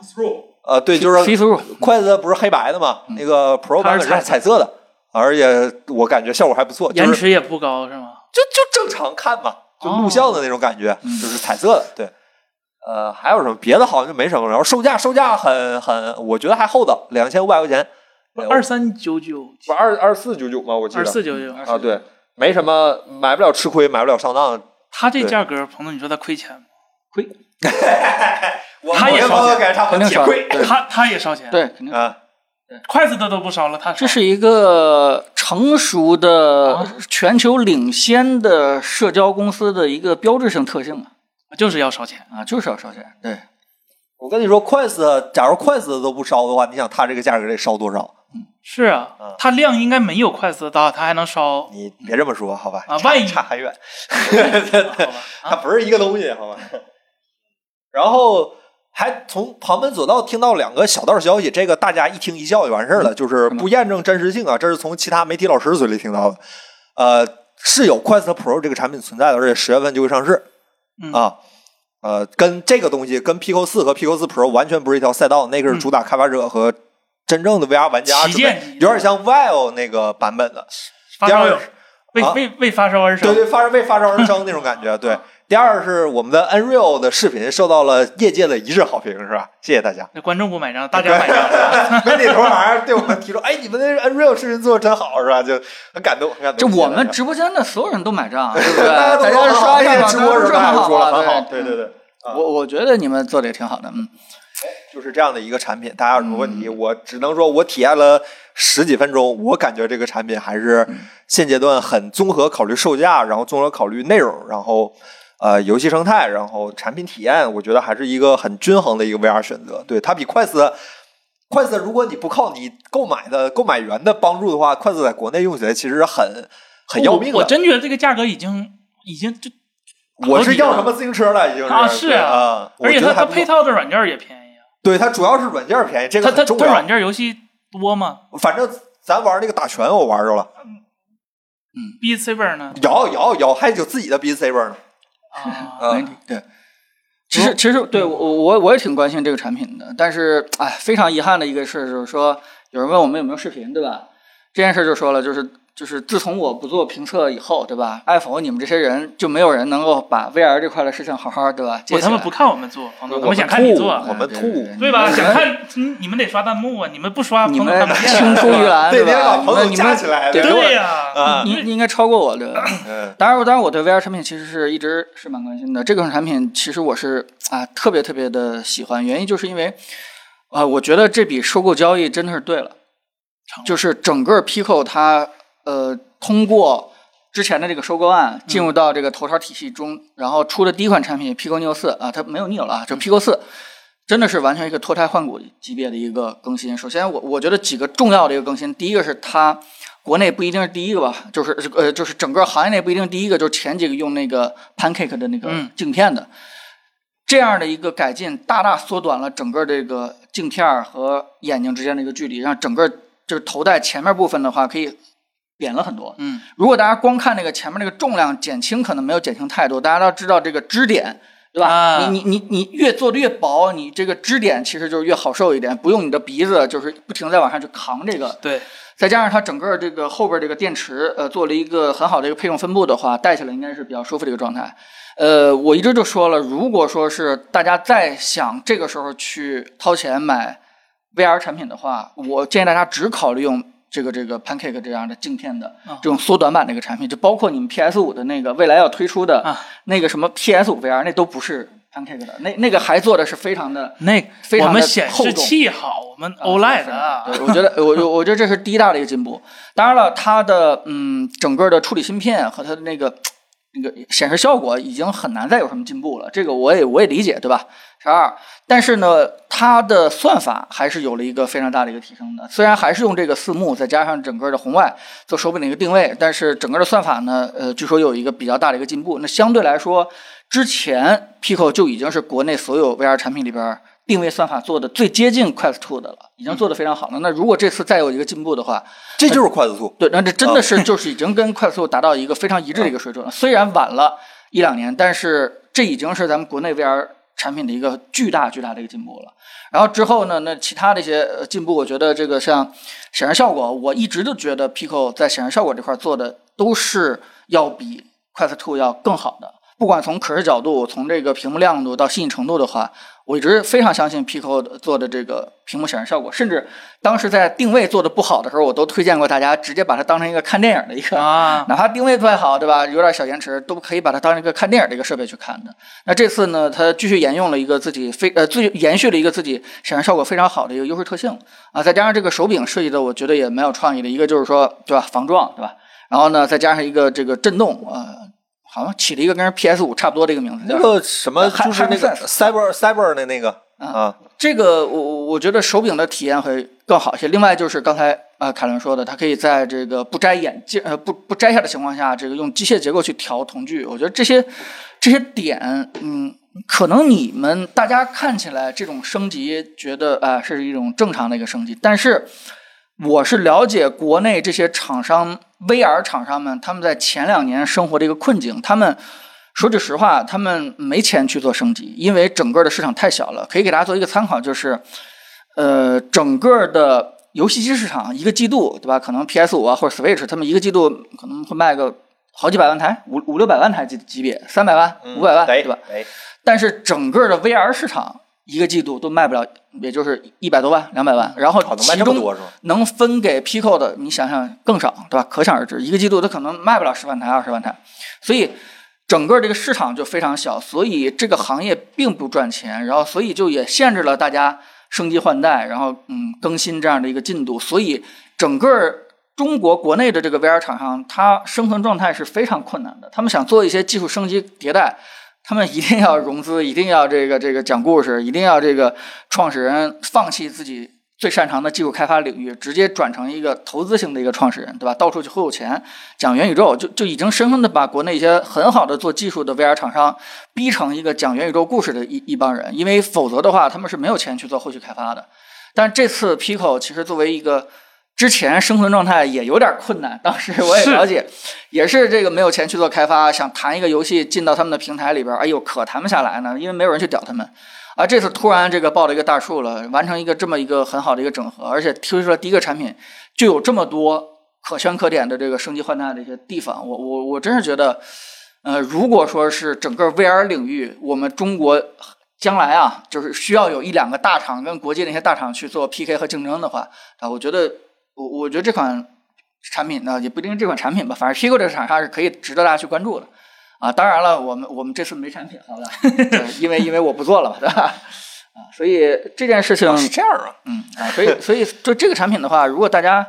呃，对，就是
see through，
筷子不是黑白的嘛，那个 Pro 版本嗯是彩色的，而且我感觉效果还不错，就
延
是
迟也不高是吗？
就就正常看嘛，就
哦
录像的那种感觉，
嗯
就是彩色的。对，呃，还有什么别的好像就没什么了。然后售价售价很很，我觉得还厚道，两千五百块钱，呃
二三九九，
不二二四九九吗？我记
二
得
四九九，
啊，对，没什么，买不了吃亏，买不了上当。
他这
对
价格，彭总，你说他亏钱吗？
我
他也
我跟
烧
朋友
钱
给他
肯定
铁
烧
亏
他他也烧钱，
对，肯 定
啊。
筷子的都不烧了，它烧
这是一个成熟的
啊、
全球领先的社交公司的一个标志性特性啊，
就是要烧钱。
啊，就是要烧钱。对，
我跟你说，筷子，假如筷子都不烧的话，你想它这个价格得烧多少？
是啊
嗯，
它量应该没有筷子大，它还能烧。
你别这么说，好吧？
啊万一
差差很远，
好吧
它不是一个东西，好吧？ 然后还从旁门左道听到两个小道消息，这个大家一听一笑就完事儿
嗯
了，就是不验证真实性啊，这是从其他媒体老师嘴里听到的。
嗯
呃，是有筷子 Pro 这个产品存在的，而且十月份就会上市
嗯
啊。呃，跟这个东西跟 Pico 四和 Pico 四 Pro 完全不是一条赛道，那个是主打开发者和真正的 VR 玩家
嗯
准
旗
备
舰机
有点像 Vive 那个版本的。
发
第
烧
二
友为
啊
为为发烧而生
对。对，发为发烧而生那种感觉。对，
嗯
第二是我们的 Unreal 的视频受到了业界的一致好评，是吧？谢谢大 家。
那观众不买账，大家买账。
媒体同行对我们提出，哎，你们那 Unreal 视频做的真好，是吧？就很感动，很感
这
动。
我们
谢谢
直播间的所有人都买账，啊对不 对？
大家大
大
家都
家
说
刷
好
一
谢
下
哎谢直播是吧？
很
说了很好
好，，
对对对，啊
我我觉得你们做的也挺好的，嗯，
就是这样的一个产品。大家有什么问题，
嗯
我只能说我体验了十几分钟，我感觉这个产品还是
嗯
现阶段很综合考虑售价，然后综合考虑内容，然后呃游戏生态，然后产品体验，我觉得还是一个很均衡的一个 VR 选择。对它比快思。快思，如果你不靠你购买的购买源的帮助的话，快思在国内用起来其实很 很要命啊
我我
的。
真觉得这个价格已经已经就，
我是要什么自行车了，已经是
啊是
对
啊
啊，我
而且
觉得
它
还
它
不
配
错
套的软件儿也便宜啊。
对它主要是软件便宜，这个
它它
很重
它
要。
软件儿游戏多吗
反正咱玩那个打拳，我玩着了，
？B C 本呢？
摇摇摇，还有自己的 B Saber 呢。
啊，
啊
没对。其
哦
实，其实对我我我也挺关心这个产品的，但是哎，非常遗憾的一个事就是说，有人问我们有没有视频，对吧？这件事就说了，就是就是自从我不做评测以后，对吧？爱否你们这些人就没有人能够把 VR 这块的事情好好，对吧？接
我
起来
他妈不看我们做，朋友
我
们想看你做，啊
我们
啊对
吐
对对
对吧？想看嗯你们得刷弹幕啊，你们不刷，朋
你
友
们
看不
青
见啊。
出于蓝，
那
对
天把
吧？
朋友
你
架
们
起来，
对
对
对呀，
啊，
你你应该超过我，对吧？
嗯，
当然，当然，我对 VR 产品其实是一直是蛮关心的。这款产品其实我是啊特别特别的喜欢，原因就是因为啊、我觉得这笔收购交易真的是对了，就是整个 Pico 它呃通过之前的这个收购案进入到这个头条体系中，然后出的第一款产品 Pico Neo 四啊，它没有 Neo 了啊，这 Pico 四。真的是完全一个脱胎换骨级别的一个更新。首先我，我觉得几个重要的一个更新，第一个是它国内不一定是第一个吧，就是呃，就是整个行业内不一定第一个，就是前几个用那个 Pancake 的那个
嗯
镜片的、这样的一个改进，大大缩短了整个这个镜片儿和眼睛之间的一个距离，让整个就是头戴前面部分的话可以扁了很多。
嗯，
如果大家光看那个前面那个重量减轻，可能没有减轻太多。大家要知道这个支点，对吧？
啊
你你你你越做的越薄，你这个支点其实就是越好受一点，不用你的鼻子就是不停地在往上去扛这个。
对，
再加上它整个这个后边这个电池，呃，做了一个很好的一个配重分布的话，戴起来应该是比较舒服的一个状态。呃，我一直就说了，如果说是大家再想这个时候去掏钱买 VR 产品的话，我建议大家只考虑用这个这个 Pancake 这样的镜片的
啊
这种缩短版的一个产品，就包括你们 PS 五的那个未来要推出的
啊
那个什么 PS 五 VR，那都不是 Pancake 的，那那个还做的是非常的。
那
非
我
常
们
的
显
厚
示
重
器好，我们
啊
OLED
是
啊
对，我觉得呃我我我觉得这是第一大的一个进步。当然了，它的嗯整个的处理芯片和它的那个那个显示效果已经很难再有什么进步了，这个我也我也理解，对吧？十二，但是呢，它的算法还是有了一个非常大的一个提升的。虽然还是用这个四目，再加上整个的红外做手柄的一个定位，但是整个的算法呢，呃，据说有一个比较大的一个进步。那相对来说，之前 Pico 就已经是国内所有 VR 产品里边儿定位算法做的最接近 Quest 2的了，已经做得非常好了。那如果这次再有一个进步的话，
这就是筷子兔。
对，那这真的是就是已经跟快速达到一个非常一致的一个水准了。虽然晚了一两年，但是这已经是咱们国内 VR 产品的一个巨大巨大的一个进步了。然后之后呢，那其他的一些呃进步，我觉得这个像显示效果，我一直都觉得 Pico 在显示效果这块做的都是要比 Quest 2要更好的。不管从可视角度、从这个屏幕亮度到细腻程度的话，我一直非常相信 Pico 的做的这个屏幕显示效果。甚至当时在定位做的不好的时候，我都推荐过大家直接把它当成一个看电影的一个
啊，
哪怕定位不太好，对吧？有点小延迟，都可以把它当成一个看电影的一个设备去看的。那这次呢，它继续沿用了一个自己非呃，继续延续了一个自己显示效果非常好的一个优势特性啊，再加上这个手柄设计的，我觉得也蛮有创意的。一个就是说，对吧，防撞，对吧？然后呢，再加上一个这个震动，呃，好像起了一个跟 PS 五差不多的一个名字，叫
那个什么，
哎还
就是那个
还不
cyber cyber 的那个
啊
啊，
这个我我我觉得手柄的体验会更好一些。另外就是刚才呃凯伦说的，它可以在这个不摘眼镜呃不不摘下的情况下，这个用机械结构去调瞳距。我觉得这些这些点，嗯，可能你们大家看起来这种升级觉得啊、呃是一种正常的一个升级，但是我是了解国内这些厂商 VR 厂商们他们在前两年生活的一个困境，他们。说句实话，他们没钱去做升级，因为整个的市场太小了。可以给大家做一个参考，就是，呃，整个的游戏机市场一个季度，对吧？可能 PS 五啊或者 Switch，他们一个季度可能会卖个好几百万台，五五六百万台级级别，三百万、
嗯
五百万，
哎
对吧？？
哎，
但是整个的 VR 市场一个季度都卖不了，也就是一百多万、两百万，然后
嗯好，能卖
其
这么
中
多是吗？
能分给 Pico 的，你想想更少，对吧？可想而知，一个季度它可能卖不了十万台、二十万台，所以整个这个市场就非常小，所以这个行业并不赚钱，然后所以就也限制了大家升级换代，然后嗯更新这样的一个进度，所以整个中国国内的这个 VR 厂商，它生存状态是非常困难的，他们想做一些技术升级迭代。他们一定要融资，一定要这个这个讲故事，一定要这个创始人放弃自己最擅长的技术开发领域，直接转成一个投资型的一个创始人，对吧？到处去忽悠钱，讲元宇宙，就就已经深深的把国内一些很好的做技术的 VR 厂商逼成一个讲元宇宙故事的一一帮人，因为否则的话，他们是没有钱去做后续开发的。但这次 Pico 其实作为一个之前生存状态也有点困难，当时我也
是
了解，也是这个没有钱去做开发，想谈一个游戏进到他们的平台里边，哎呦，可谈不下来呢，因为没有人去屌他们。啊，这次突然这个爆了一个大树了，完成一个这么一个很好的一个整合，而且推出了第一个产品，就有这么多可圈可点的这个升级换代的一些地方，我我我真是觉得，呃，如果说是整个 VR 领域，我们中国将来啊，就是需要有一两个大厂跟国际那些大厂去做 PK 和竞争的话，啊，我觉得我我觉得这款产品呢，也不一定是这款产品吧，反正 Pico 这个厂商是可以值得大家去关注的。啊，当然了，我们我们这次没产品，好吧，对因为因为我不做了嘛，对吧？啊，所以这件事情
哦是这样啊，
嗯啊， 所以所以就这个产品的话，如果大家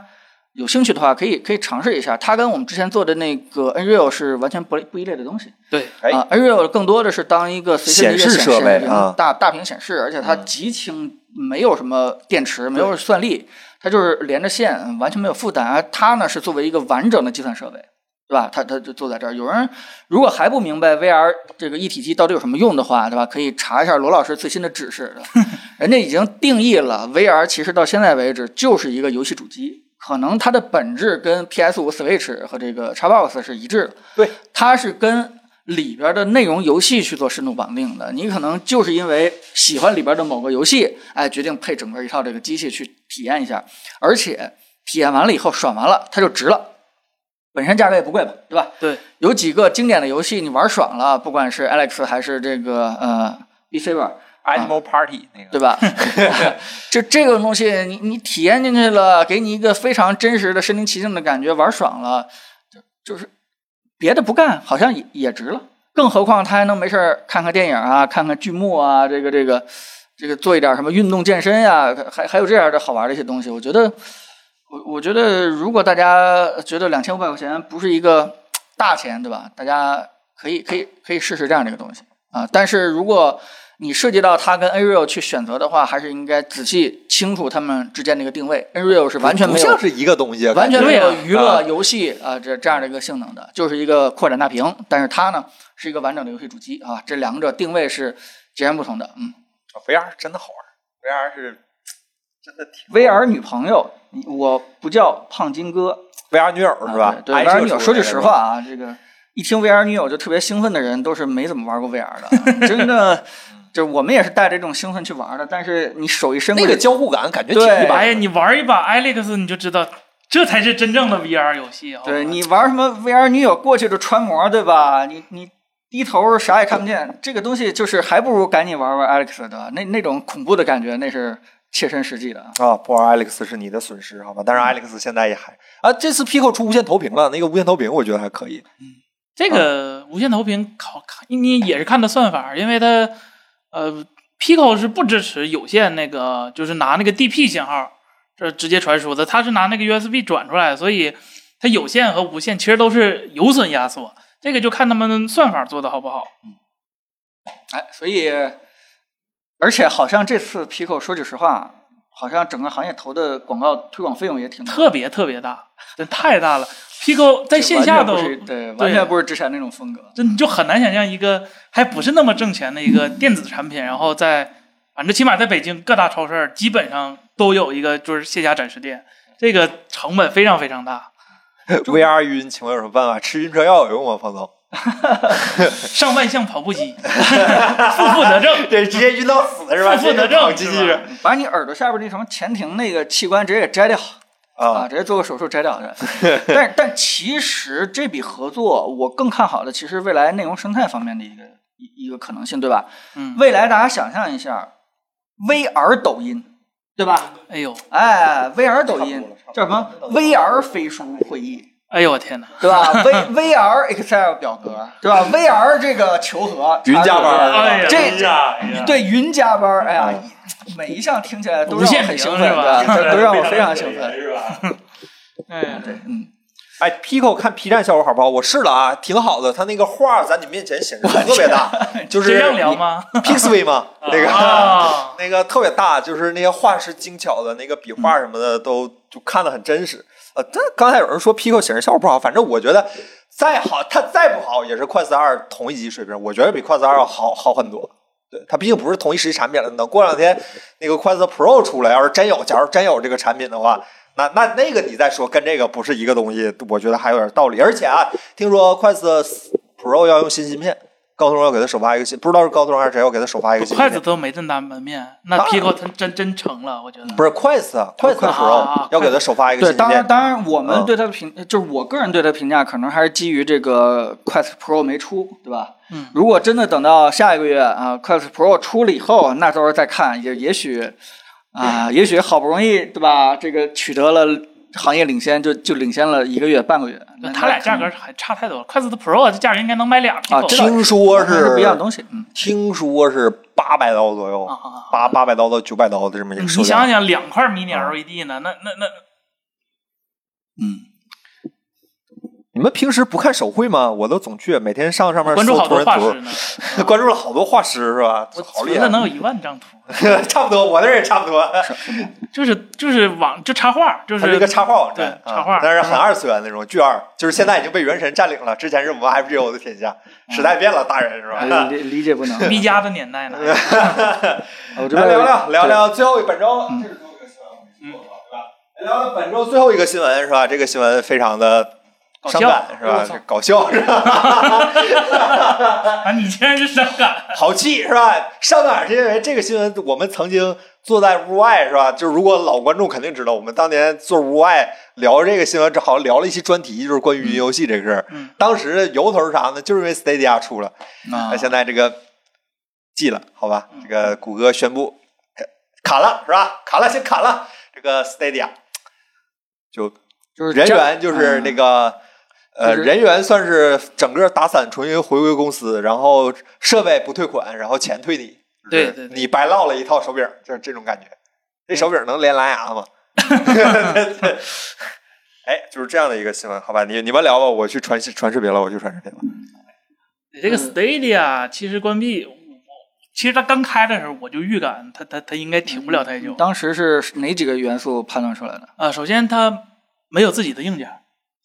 有兴趣的话，可以可以尝试一下。它跟我们之前做的那个 Nreal 是完全不不一类的东西。
对，
哎
啊，Nreal 更多的是当一个随身的一个
显示设备
屏
啊
大大屏显示，而且它极轻，没有什么电池，没有算力，它就是连着线，完全没有负担。而它呢是作为一个完整的计算设备。对吧？它它就坐在这儿。有人如果还不明白 VR 这个一体机到底有什么用的话，对吧？可以查一下罗老师最新的指示，对吧人家已经定义了 VR，其实到现在为止就是一个游戏主机，可能它的本质跟 PS 5 Switch 和这个 Xbox 是一致的。
对，
它是跟里边的内容游戏去做深度绑定的。你可能就是因为喜欢里边的某个游戏，哎，决定配整个一套这个机器去体验一下，而且体验完了以后爽完了，它就值了。本身价格也不贵吧，对吧？
对，
有几个经典的游戏你玩爽了，不管是 Alex 还是这个呃 B C 吧，
Animal Party 那个
对吧？就这个东西，你你体验进去了，给你一个非常真实的身临其境的感觉，玩爽了，就就是别的不干，好像也也值了。更何况他还能没事儿看看电影啊，看看剧目啊，这个这个这个做一点什么运动健身呀、还还有这样的好玩的一些东西。我觉得，我我觉得如果大家觉得两千五百块钱不是一个大钱，对吧？大家可以可以可以试试这样的一个东西啊。但是如果你涉及到它跟 Nreal 去选择的话，还是应该仔细清楚它们之间的一个定位。Nreal 是完全
不
没有
像是一个东西啊，
完全
感觉
没有
对
娱乐
啊
游戏啊这这样的一个性能的，就是一个扩展大屏，但是它呢是一个完整的游戏主机啊，这两者定位是截然不同的。嗯
VR 是真的好玩，VR 是真的挺
，VR 女朋友，你我不叫胖金哥，
VR 女友是吧
啊？对对
哎这
，VR
个
女友，
是
说句
那个
实话啊，这个一听 VR 女友就特别兴奋的人，都是没怎么玩过 VR 的，啊真的，就是我们也是带着这种兴奋去玩的，但是你手一伸过
那
去，
个交互感感觉挺
对
一
哎呀，
般的。
你玩一把 Alex 你就知道，这才是真正的 VR 游戏。好吧
对你玩什么 VR 女友过去就穿模，对吧？你你低头啥也看不见，这个东西就是还不如赶紧玩玩 Alex 的那那种恐怖的感觉，那是切身实际的啊。
啊，不玩 Alex 是你的损失，好吧？
嗯
但是 Alex 现在也还啊，这次 Pico 出无线投屏了，那个无线投屏我觉得还可以。
这
啊
个无线投屏考看你也是看的算法，因为它呃，Pico 是不支持有线那个，就是拿那个 DP 信号这直接传输的，它是拿那个 USB 转出来，所以它有线和无线其实都是有损压缩，这个就看他们算法做的好不好。
哎，所以而且好像这次 Pico 说句实话，好像整个行业投的广告推广费用也挺多
特别特别大，真太大了。Pico 在线下都
完全不是对，完全不是之前那种风格。
真就很难想象一个还不是那么挣钱的一个电子产品，然后在反正起码在北京各大超市儿基本上都有一个就是线下展示店，这个成本非常非常大，
VR 晕，请问有什么办法？吃晕车药有用吗，彭总？
上万项跑步机， 负负得 正。
对，直接晕到死 是
吧负负得正
机器
是吧
把你耳朵下边那什么前庭那个器官直接给摘掉啊，
啊，
直接做个手术摘掉的。 但但其实这笔合作，我更看好的其实未来内容生态方面的一个一一个可能性，对吧？
嗯，
未来大家想象一下，VR 抖音，对吧？
哎呦，
哎，VR 抖音
差
叫
不多了
什么？VR 飞书会议，
哎呦我天哪！
对吧？V VR Excel 表格，对吧？VR 这个求和，
云加班儿
哎呀，
这
哎呀，哎呀
对云加班儿，哎呀
嗯，
每一项听起来都
无
让我
限
很
屏
兴奋，
是吧
对吧都让我非常兴奋。
是吧？
哎呀，
对，嗯，
哎，Pico 看 P 站效果好不好？我试了啊，挺好的，它那个画儿在你面前显示特别大，就是
这样聊吗？
Pixie 嘛，那个、
啊，
那个特别大，就是那些画是精巧的，那个笔画什么的都就看得很真实。呃，但刚才有人说 Pico 显示效果不好，反正我觉得再好，它再不好也是快四二同一级水平，我觉得比快四二要好好很多。对，它毕竟不是同一时期产品了。等过两天那个快四 Pro 出来，要是真有，假如真有这个产品的话，那那那个你再说跟这个不是一个东西，我觉得还有点道理。而且啊，听说快四 Pro 要用新芯片，高通要给它首发一个新，不知道是高通还是谁要给它首发一个新芯
筷
片
子。都没这么大门面，那
当然
Pico 它真真成了，我觉得。
不是筷子啊，筷子
啊
Pro 要给它首发一个新
对，
芯
当然，
片，
当然，我们
嗯
对它的评，就是我个人对它的评价，可能还是基于这个 Quest Pro 没出，对吧？
嗯
如果真的等到下一个月啊，Quest Pro 出了以后，那到时候再看，也也许啊，也许好不容易，对吧？这个取得了行业领先，就就领先了一个月、半个月。那
它俩价格还差太多了，筷子的 Pro 这价格应该能买俩 Pico
啊这
听说
那可能
是
是不一样的东西，嗯，
听说是八百刀左右
啊，啊啊
八八百刀到九百刀的这么一
你
个售
想
价。
想，两块 mini LED E 呢，那那那
你们平时不看手绘吗？我都总去，每天上上面
关注
搜
好
图
多
人
画
图
师，呢，
关注了好多画师是吧？
我
好
存
厉
了
害，
能有一万张图，
差不多，我那儿也差不多。
就是就是网就插画，就
它是一
是
个插画网站，
对插画嗯
啊但是很二次元那种巨二，就是现在已经被原神占领了。之前是我们 FGO 的天下，时代变了，大人是吧？
理理解不能。
B 加的年代呢。
我这嗯
来
边
聊聊聊聊最后一本周，这是最后一个新闻，没错吧对吧？来聊聊本周最后一个新闻是吧？这个新闻非常的
搞
伤
笑
感是
哎呦
吧
我操？
搞笑是吧？
啊，你竟然是伤感，
好气是吧？伤感是因为这个新闻，我们曾经坐在屋外是吧？就是如果老观众肯定知道，我们当年坐屋外聊这个新闻，这好像聊了一期专题，就是关于云游戏这个事儿。
嗯
当时的由头是啥呢？就是因为 Stadia 出了，
啊
那现在这个记了，好吧？这个谷歌宣布呃砍了，是吧？砍了，先砍了这个 Stadia，就
就是
人
这
员就是
嗯
那个。呃，
就是
人员算是整个打散，重新回归公司，然后设备不退款，然后钱退你，就
对
是
对对
你白落了一套手柄，就是这种感觉。这手柄能连蓝牙吗？ 哎，就是这样的一个新闻，好吧，你你们聊吧，我去传视传视频了，我去传视频了。
这个 Stadia 其实关闭，我其实它刚开的时候我就预感它它它应该停不了太久。
当时是哪几个元素判断出来的？
啊，首先它没有自己的硬件，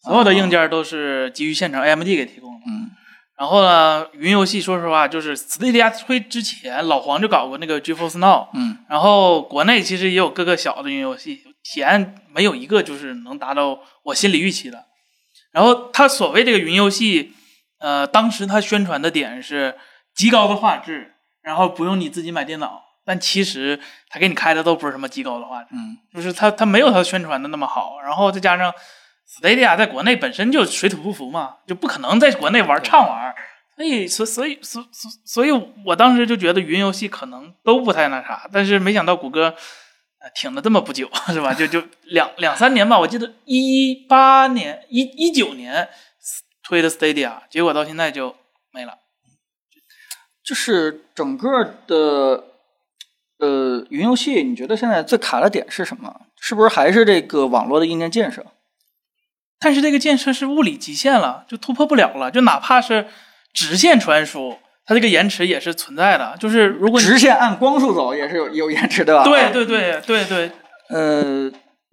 所有的硬件都是基于现成 AMD 给提供的。
嗯，
然后呢，云游戏说实话，就是 Stadia 推之前，老黄就搞过那个 GeForce Now，
嗯，
然后国内其实也有各个小的云游戏，体验没有一个就是能达到我心理预期的。然后它所谓这个云游戏，呃，当时它宣传的点是极高的画质，然后不用你自己买电脑，但其实它给你开的都不是什么极高的画质，
嗯，
就是它它没有它宣传的那么好，然后再加上 Stadia 在国内本身就水土不服嘛，就不可能在国内玩畅玩，哎，所所以所所所以，我当时就觉得云游戏可能都不太那啥，但是没想到谷歌呃挺了这么不久，是吧？就就两两三年吧，我记得一八年一一九年推的 Stadia，结果到现在就没了。
就是整个的呃云游戏，你觉得现在最卡的点是什么？是不是还是这个网络的硬件建设？
但是这个建设是物理极限了，就突破不了了。就哪怕是直线传输，它这个延迟也是存在的。就是如果你
直线按光速走也是有有延迟，对吧？
对对对对对，
呃，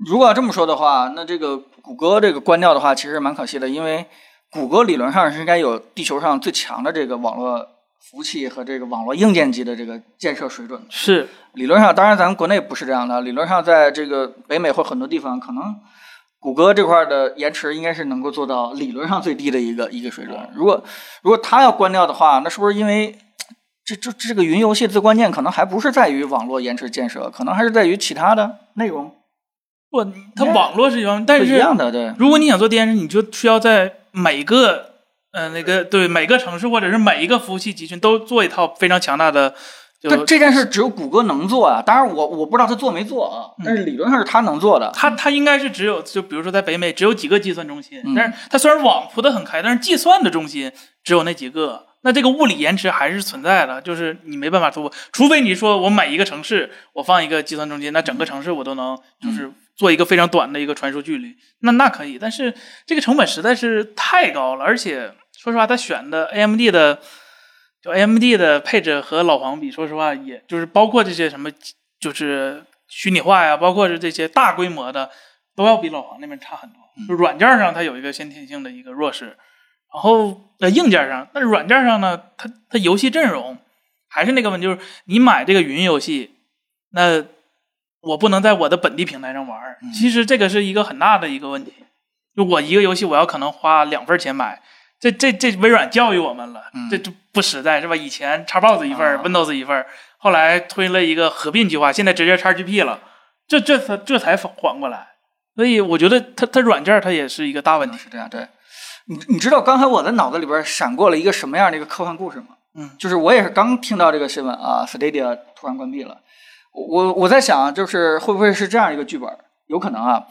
如果要这么说的话，那这个谷歌这个关掉的话，其实蛮可惜的，因为谷歌理论上是应该有地球上最强的这个网络服务器和这个网络硬件级的这个建设水准的。
是
理论上，当然咱们国内不是这样的，理论上在这个北美或很多地方，可能谷歌这块的延迟应该是能够做到理论上最低的一个一个水准。如果如果它要关掉的话，那是不是因为这这这个云游戏最关键可能还不是在于网络延迟建设，可能还是在于其他的内容
不，它网络是一方面，但
不一
是
样的，对。
如果你想做电视，你就需要在每个呃那个对每个城市或者是每一个服务器集群都做一套非常强大的。就
但这件事只有谷歌能做啊，当然我我不知道他做没做啊，
嗯
但是理论上是他能做的。
它它应该是只有就比如说在北美只有几个计算中心，
嗯
但是它虽然网铺的很开，但是计算的中心只有那几个。那这个物理延迟还是存在的，就是你没办法突破，除非你说我每一个城市我放一个计算中心，那整个城市我都能就是做一个非常短的一个传输距离，那那可以。但是这个成本实在是太高了，而且说实话，他选的 AMD 的就 AMD 的配置和老黄比，说实话，也就是包括这些什么就是虚拟化呀，包括是这些大规模的，都要比老黄那边差很多。就软件上它有一个先天性的一个弱势，然后呃硬件上，但是软件上呢，它它游戏阵容还是那个问题，就是你买这个云游戏，那我不能在我的本地平台上玩儿。其实这个是一个很大的一个问题，就我一个游戏我要可能花两份钱买。这这这微软教育我们了，这这不实在是吧？以前 Xbox 一份儿、
啊
Windows 一份儿，后来推了一个合并计划，现在直接 XGP 了，这这才这才缓过来。所以我觉得它它软件它也是一个大问 题。
是这样，对。你你知道刚才我的脑子里边闪过了一个什么样的一个科幻故事吗？
嗯
就是我也是刚听到这个新闻啊，Stadia 突然关闭了。我我在想，就是会不会是这样一个剧本？有可能啊，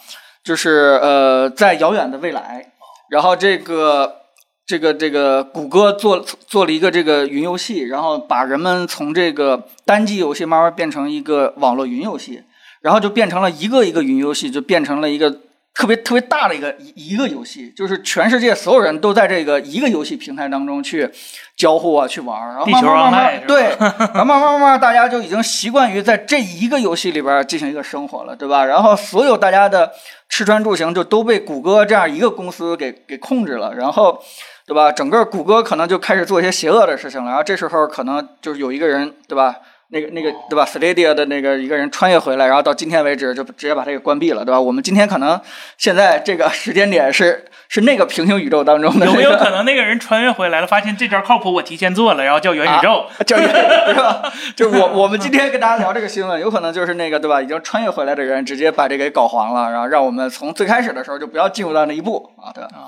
就是呃，在遥远的未来，然后这个这个这个谷歌做做了一个这个云游戏，然后把人们从这个单机游戏慢慢变成一个网络云游戏，然后就变成了一个一个云游戏，就变成了一个特别特别大的一个一一个游戏，就是全世界所有人都在这个一个游戏平台当中去交互啊，去玩儿，然后
地球
慢慢
online
慢
是吧
慢对，然后慢慢慢慢大家就已经习惯于在这一个游戏里边进行一个生活了，对吧？然后所有大家的吃穿住行就都被谷歌这样一个公司给给控制了，然后。对吧？整个谷歌可能就开始做一些邪恶的事情了，然后这时候可能就是有一个人，对吧？那个那
哦
个对吧？Stadia 的那个一个人穿越回来，然后到今天为止就直接把它给关闭了，对吧？我们今天可能现在这个时间点是是那个平行宇宙当中的、那
有
个、
没有可能那个人穿越回来了，发现这招靠谱，我提前做了，然后叫元宇宙？
就是是吧？就我我们今天跟大家聊这个新闻，有可能就是那个对吧？已经穿越回来的人直接把这给搞黄了，然后让我们从最开始的时候就不要进入到那一步啊，对吧？
啊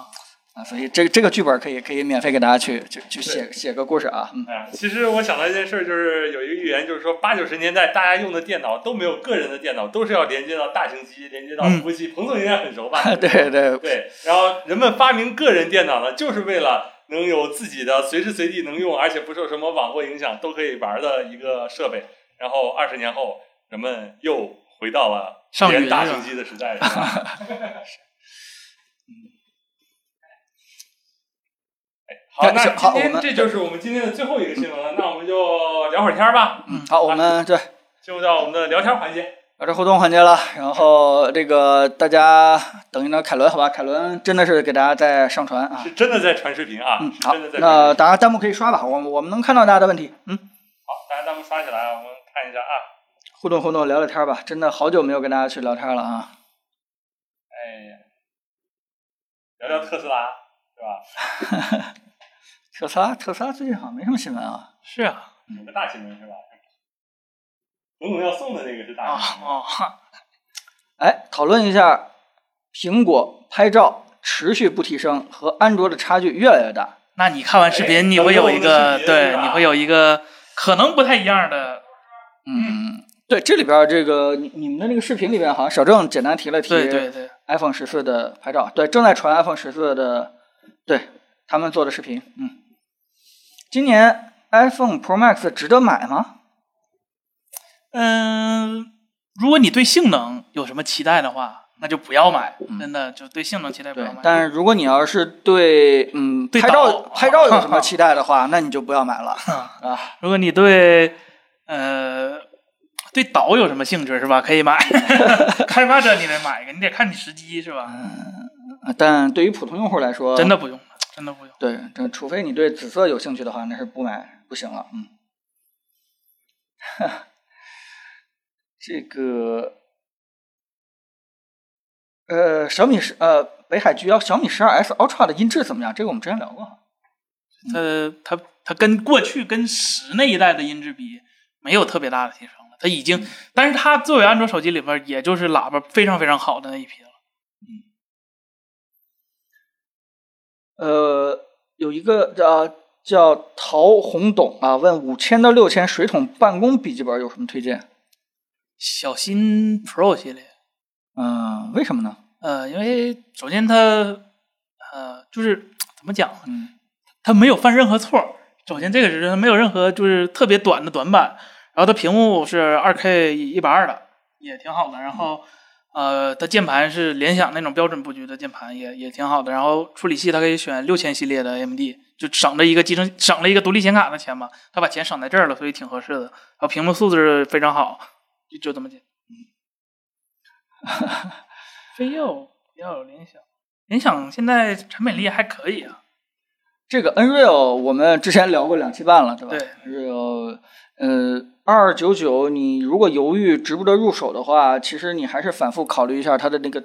啊，所以这个这个剧本可以可以免费给大家去去去写写个故事啊，嗯，
哎呀，其实我想到一件事儿，就是有一个预言，就是说八九十年代大家用的电脑都没有个人的电脑，都是要连接到大型机，连接到服务器。彭总应该很熟吧？
嗯 对对，
对，然后人们发明个人电脑呢，就是为了能有自己的随时随地能用，而且不受什么网络影响都可以玩的一个设备。然后二十年后，人们又回到了
上云
连大
是吧
型机的 时代。是吧嗯哎好，那
行好
今
我
天
们
这就是我们今天的最后一个新闻了。那我们就聊会儿天儿吧，
嗯，好，我们对
进入到我们的聊天环节。
聊这互动环节了，然后这个大家等一等凯伦，好吧？凯伦真的是给大家在上传啊
是，真的在传视频啊，
嗯，
是
好
真的，在传视频。
那大家弹幕可以刷吧，我们我们能看到大家的问题，嗯，
好，大家弹幕刷起来，啊，我们看一下啊。
互动互动，聊聊天吧，真的好久没有跟大家去聊天了啊。
哎呀，聊聊特斯拉是吧？
特斯拉，特斯拉最近好像没什么新闻啊。
是啊，
有个大新闻是吧？总统要送的那个是
啊
大新闻，
啊，
哎，讨论一下苹果拍照持续不提升和安卓的差距越来越大，
那你看完视
哎
频，你会有一
能
个
用的视频是
对，
吧
你会有一个可能不太一样的。
嗯，对，这里边儿这个你你们的那个视频里边，好像小郑简单提了提
对对对，
iPhone 十四的拍照，对，正在传 iPhone 十四的，对他们做的视频，嗯，今年 iPhone Pro Max 值得买吗？
嗯，如果你对性能有什么期待的话，那就不要买，真的就对性能期待不
对
要买，。
但是如果你要是对嗯
对
拍
导
照拍照有 什么期待的话，那你就不要买了啊。
如果你对呃对岛有什么兴趣是吧？可以买， 开发者你得买一个，你得看你时机是吧？
啊但对于普通用户来说，
真的不用，真的不用。
对，这除非你对紫色有兴趣的话，那是不买不行了。嗯， 这个，呃，小米十呃，北海聚要小米十二 S Ultra 的音质怎么样？这个我们之前聊过。
它它它跟过去跟十那一代的音质比，没有特别大的提升了。它已经，但是它作为安卓手机里边，也就是喇叭非常非常好的那一批了。
呃，有一个呃叫陶红董啊，问五千到六千水桶办公笔记本有什么推荐？
小新 Pro 系列，
嗯、为什么呢？
呃，因为首先它，呃，就是怎么讲呢，
嗯
它没有犯任何错儿。首先这个是它没有任何就是特别短的短板，然后它屏幕是二 K 一百二的，嗯也挺好的。然后呃，它键盘是联想那种标准布局的键盘也，也挺好的。然后处理器它可以选六千系列的 AMD，就省了一个集成，省了一个独立显卡的钱嘛。它把钱省在这儿了，所以挺合适的。然后屏幕素质非常好，就就这么简单。非要不要有联想？联想现在产品力还可以啊。
这个 Nreal 我们之前聊过两期半了，对吧？
对
Nreal，呃，二九九，你如果犹豫值不值得入手的话，其实你还是反复考虑一下它的那个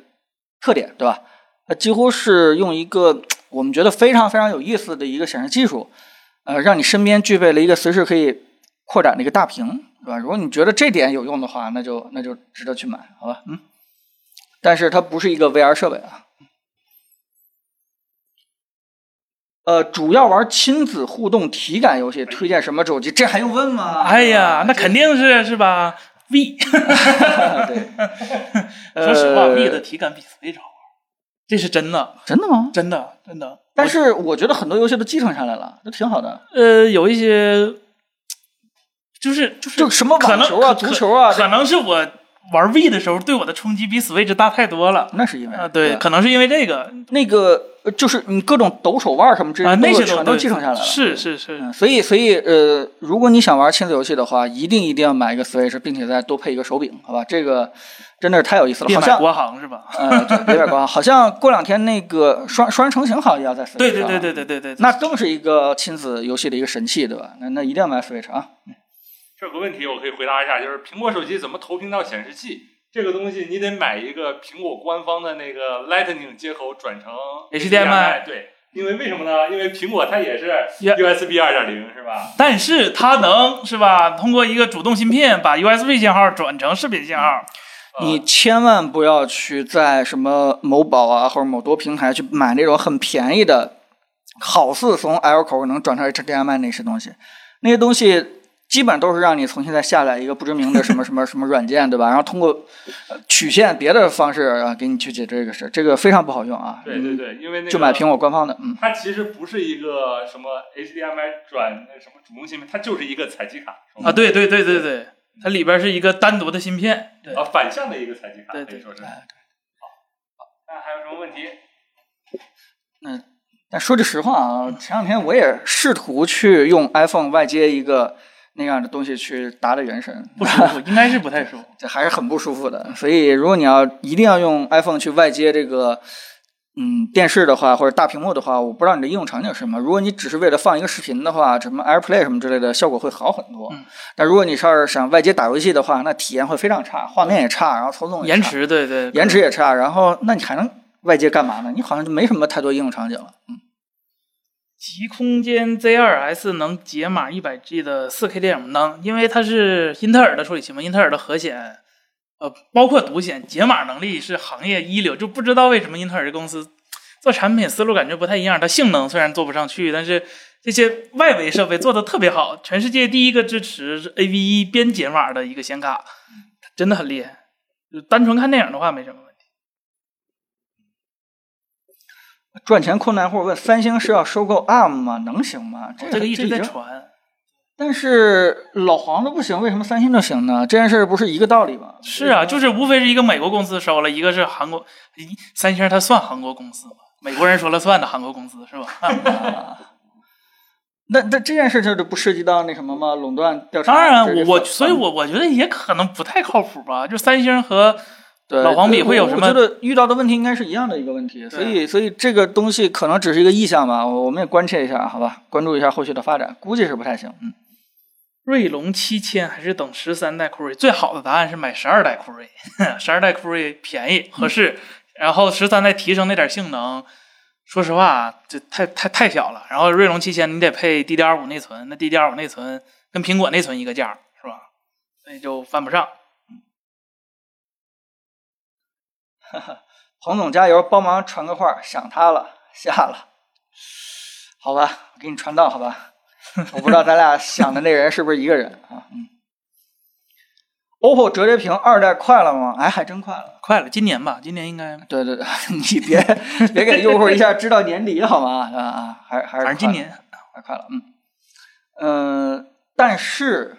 特点，对吧？它几乎是用一个我们觉得非常非常有意思的一个显示技术，呃，让你身边具备了一个随时可以扩展的一个大屏，对吧？如果你觉得这点有用的话，那就那就值得去买，好吧？嗯。但是它不是一个 VR 设备啊。呃，主要玩亲子互动体感游戏，推荐什么手机？这还用问吗？
哎呀，那肯
定。
定是是吧？V，
对，
说实话
呃
，V 的体感比 Switch 好玩，这是真的，
真的吗？
真的，真的。
但是我觉得很多游戏都继承下来了，都挺好的。
呃，有一些就是就是
就什么
可能
网球啊
可
足球啊
可能是我玩 V 的时候对我的冲击比 Switch 大太多了。
那是因为
啊，对，可能是因为这个
那个呃就是你各种抖手腕什么之类
啊，
的，
那些
全
都
都继承下来了。
是是是，
嗯，所以所以呃，如果你想玩亲子游戏的话，一定一定要买一个 Switch，并且再多配一个手柄，好吧？这个真的是太有意思了，
别
好
买
像
国行是吧？
呃，对，别买光，好像过两天那个双双人成行好像也要在 Switch
对对对
上
对对对对，
那更是一个亲子游戏的一个神器，对吧？那那一定要买 Switch 啊！
这有个问题我可以回答一下，就是苹果手机怎么投屏到显示器？这个东西你得买一个苹果官方的那个 Lightning 接口转成
HDMI
对，因为为什么呢？因为苹果它也是
Yeah
USB 二点零是吧？
但是它能是吧？通过一个主动芯片把 USB 信号转成视频信号，
呃
你千万不要去在什么某宝啊或者某多平台去买那种很便宜的，好似从 L 口能转成 HDMI 那些东西，那些东西基本都是让你从现在下载一个不知名的什么什么什么软件，对吧？然后通过呃曲线别的方式啊给你去解决这个事，这个非常不好用啊。
对对对，因为那个
就买苹果官方的，嗯，
它其实不是一个什么 HDMI 转那什么主动芯片，它就是一个采集卡是吧
啊，对对对对对，它里边是一个单独的芯片。 对
啊，反向的一个采集卡，
对
可以
对
说是。
对
好，那还有什么问题？
但说句实话啊，前两天我也试图去用 iPhone 外接一个那样的东西去打打原神，
不舒服，应该是不太舒服。
这还是很不舒服的。所以如果你要一定要用 iPhone 去外接这个。嗯，电视的话或者大屏幕的话，我不知道你的应用场景是什么。如果你只是为了放一个视频的话，什么 AirPlay 什么之类的，效果会好很多。
嗯
但如果你要是想外接打游戏的话，那体验会非常差，画面也差，然后操纵也
延
差，
迟，对对，
延迟也差，然后那你还能外接干嘛呢？你好像就没什么太多应用场景了。
极空间 Z2S 能解码 100G 的 4K 电影能，因为它是英特尔的处理器嘛，英特尔的核显，呃，包括独显解码能力是行业一流，就不知道为什么英特尔这公司做产品思路感觉不太一样。它性能虽然做不上去，但是这些外围设备做的特别好，全世界第一个支持 AV1 编 E 解码的一个显卡，真的很厉害。就单纯看电影的话没什么问题。
赚钱困难户问：三星是要收购 ARM 吗？能行吗？这
哦这个一直在
已经
传，
但是老黄的不行，为什么三星就行呢？这件事儿不是一个道理吗？
是啊，就是无非是一个美国公司收了，一个是韩国，咦三星它算韩国公司吗？美国人说了算的韩国公司是吧？
那那这件事就是不涉及到那什么吗？垄断调查？
当然，啊
这个
我我所以，我我觉得也可能不太靠谱吧。就三星和
对
老黄比会有什么
我我觉得遇到的问题应该是一样的一个问题，所以所以这个东西可能只是一个意向吧，我我们也关切一下，好吧，关注一下后续的发展，估计是不太行。嗯，
锐龙七千还是等十三代酷睿？最好的答案是买十二代酷睿， 十二代酷睿便宜合
嗯
适，然后十三代提升那点性能，说实话这太太太小了。然后锐龙七千你得配 DDR 五内存，那 DDR 五内存跟苹果内存一个价是吧？所以就犯不上。
彭总加油，帮忙传个话，想他了，下了，好吧，我给你传到，好吧，我不知道咱俩想的那人是不是一个人啊？嗯，OPPO 折叠屏二代快了吗？哎，还真快了。
快了，今年吧，今年应该，
对对对， 你别别给用户一下知道年底好吗？啊啊，还是还是
反正今年
还快了，嗯嗯、呃但是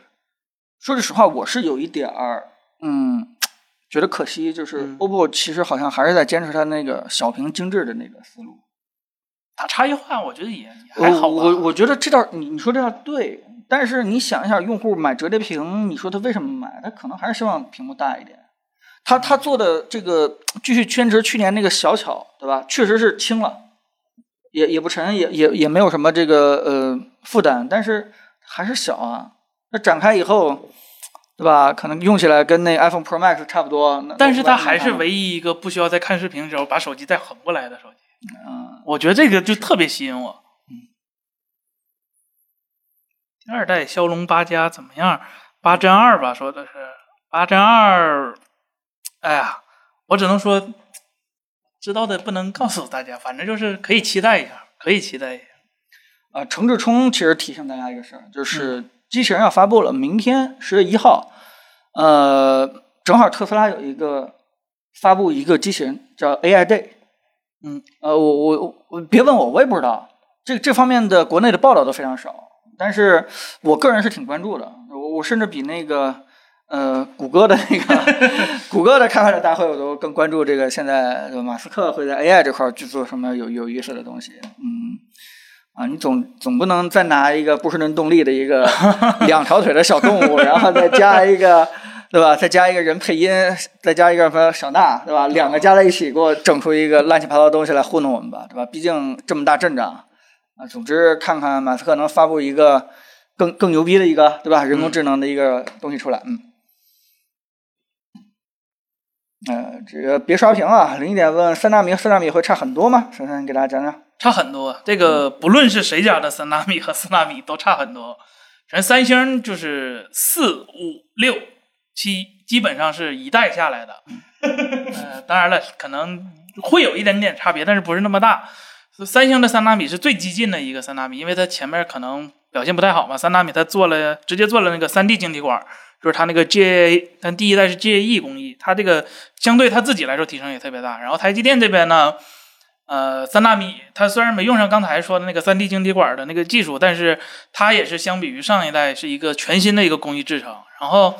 说句实话，我是有一点儿嗯觉得可惜，就是
嗯
OPPO 其实好像还是在坚持它那个小屏精致的那个思路。
它差异化，我觉得也也还好吧。
我我我觉得这道你你说这道对，但是你想一下，用户买折叠屏，你说他为什么买？他可能还是希望屏幕大一点。他他做的这个继续坚持去年那个小巧，对吧？确实是轻了，也也不沉，也也也没有什么这个呃负担，但是还是小啊。那展开以后，对吧？可能用起来跟那 iPhone Pro Max 差不多。那
但是它
它
还是唯一一个不需要在看视频的时候把手机再横过来的手机。
嗯
我觉得这个就特别吸引我。嗯第二代骁龙八加怎么样？八针二吧，说的是八针二。哎呀，我只能说知道的不能告诉大家，反正就是可以期待一下，可以期待一下。
啊，程志冲其实提醒大家一个事儿，就是机器人要发布了，明天十月一号，呃，正好特斯拉有一个发布一个机器人叫 AI Day，
嗯，
呃，我我我别问我，我也不知道，这这方面的国内的报道都非常少，但是我个人是挺关注的，我我甚至比那个。呃，谷歌的那个谷歌的开发者大会，我都更关注这个。现在呃马斯克会在 AI 这块儿去做什么有有意思的东西？嗯，啊，你总总不能再拿一个波士顿动力的一个两条腿的小动物，然后再加一个，对吧？再加一个人配音，再加一个什么小娜，对吧？两个加在一起，给我整出一个乱七八糟的东西来糊弄我们吧，对吧？毕竟这么大阵仗啊，总之看看马斯克能发布一个更更牛逼的一个，对吧？人工智能的一个东西出来，嗯。呃，这个别刷屏啊！零一点问三纳米和四纳米会差很多吗？珊珊给大家讲讲。
差很多。啊这个不论是谁家的三纳米和四纳米都差很多。咱三星就是四五六七，基本上是一代下来的。 呃，当然了，可能会有一点点差别，但是不是那么大。三星的三纳米是最激进的一个三纳米，因为它前面可能表现不太好嘛。三纳米它做了直接做了那个三 D 晶体管，就是它那个 GA，但第一代是 GAE 工艺，它这个相对它自己来说提升也特别大。然后台积电这边呢，呃，三纳米它虽然没用上刚才说的那个三 D 晶体管的那个技术，但是它也是相比于上一代是一个全新的一个工艺制成。然后，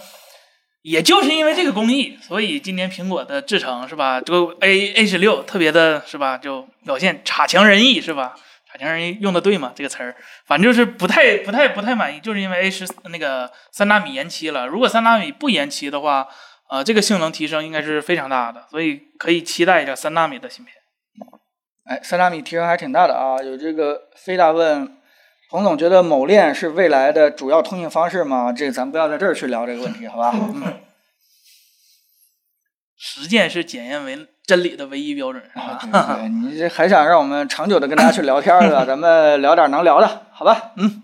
也就是因为这个工艺，所以今年苹果的制成是吧，这个 A A 十六特别的是吧，就表现差强人意是吧？差强人意用的对吗？这个词儿，反正就是不太不太不太满意，就是因为 A 十那个三纳米延期了。如果三纳米不延期的话，呃，这个性能提升应该是非常大的，所以可以期待一下三纳米的芯片。
哎，三纳米提升还挺大的啊！有这个飞大问，彭总觉得某链是未来的主要通信方式吗？这个咱不要在这儿去聊这个问题，好吧？嗯，
实践是检验为真理的唯一标准，是
啊
吧？
对 对对，你这还想让我们长久的跟大家去聊天儿对吧？咱们聊点能聊的，好吧？嗯，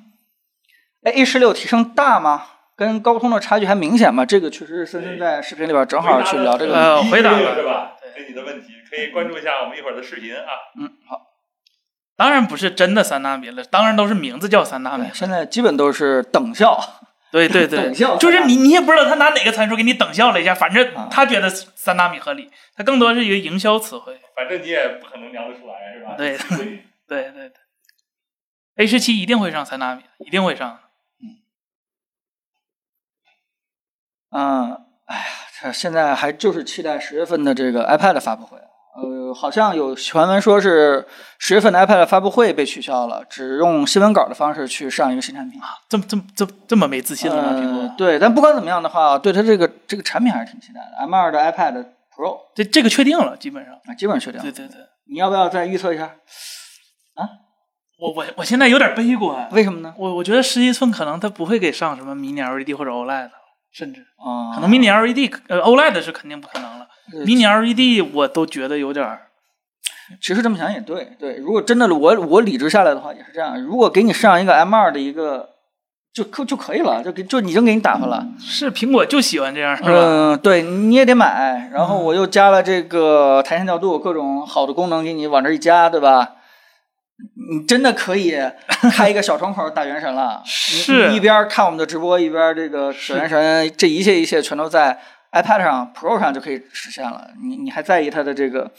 哎，A 十六提升大吗？跟高通的差距还明显嘛？这个确实是森森在视频里边正好去聊这个问题。
呃回答
了是吧？
对
对你的问题，可以关注一下我们一会儿的视频啊。
嗯，好，
当然不是真的三纳米了，当然都是名字叫三纳米
对。现在基本都是等效，
对对
等
对，
效
就是你你也不知道他拿哪个参数给你等效了一下，反正
啊
他觉得三纳米合理，他更多是一个营销词汇。
反正你也不可能聊得出来，是吧？
对
所 以
对对对，A 十七一定会上三纳米，一定会上。啊
嗯，哎呀，这现在还就是期待十月份的这个 iPad 发布会。呃，好像有传闻说是十月份的 iPad 发布会被取消了，只用新闻稿的方式去上一个新产品。
这么这么这么这么没自信了吗？苹
呃
果？
对，但不管怎么样的话，对它这个这个产品还是挺期待的。M 2的 iPad Pro
这这个确定了，基本上。
啊，基本上确定了。
对对对，
你要不要再预测一下？
我我我现在有点悲观，
为什么呢？
我我觉得十一寸可能它不会给上什么 Mini LED E 或者 OLED，甚至
啊、
可能 Mini LED 呃 OLED 是肯定不可能了
呃
，Mini LED E 我都觉得有点儿
其实这么想也对，对。如果真的我我理智下来的话也是这样，如果给你上一个 M 2的一个，就可就可以了，就给就已经给你打发了。
是苹果就喜欢这样嗯是吧？嗯
嗯，对，你也得买，然后我又加了这个弹性调度，各种好的功能给你往这一加，对吧？你真的可以开一个小窗口打原神了，
是
你你一边看我们的直播，一边这个打原神，这一切一切全都在 iPad 上 Pro 上就可以实现了。你你还在意它的这个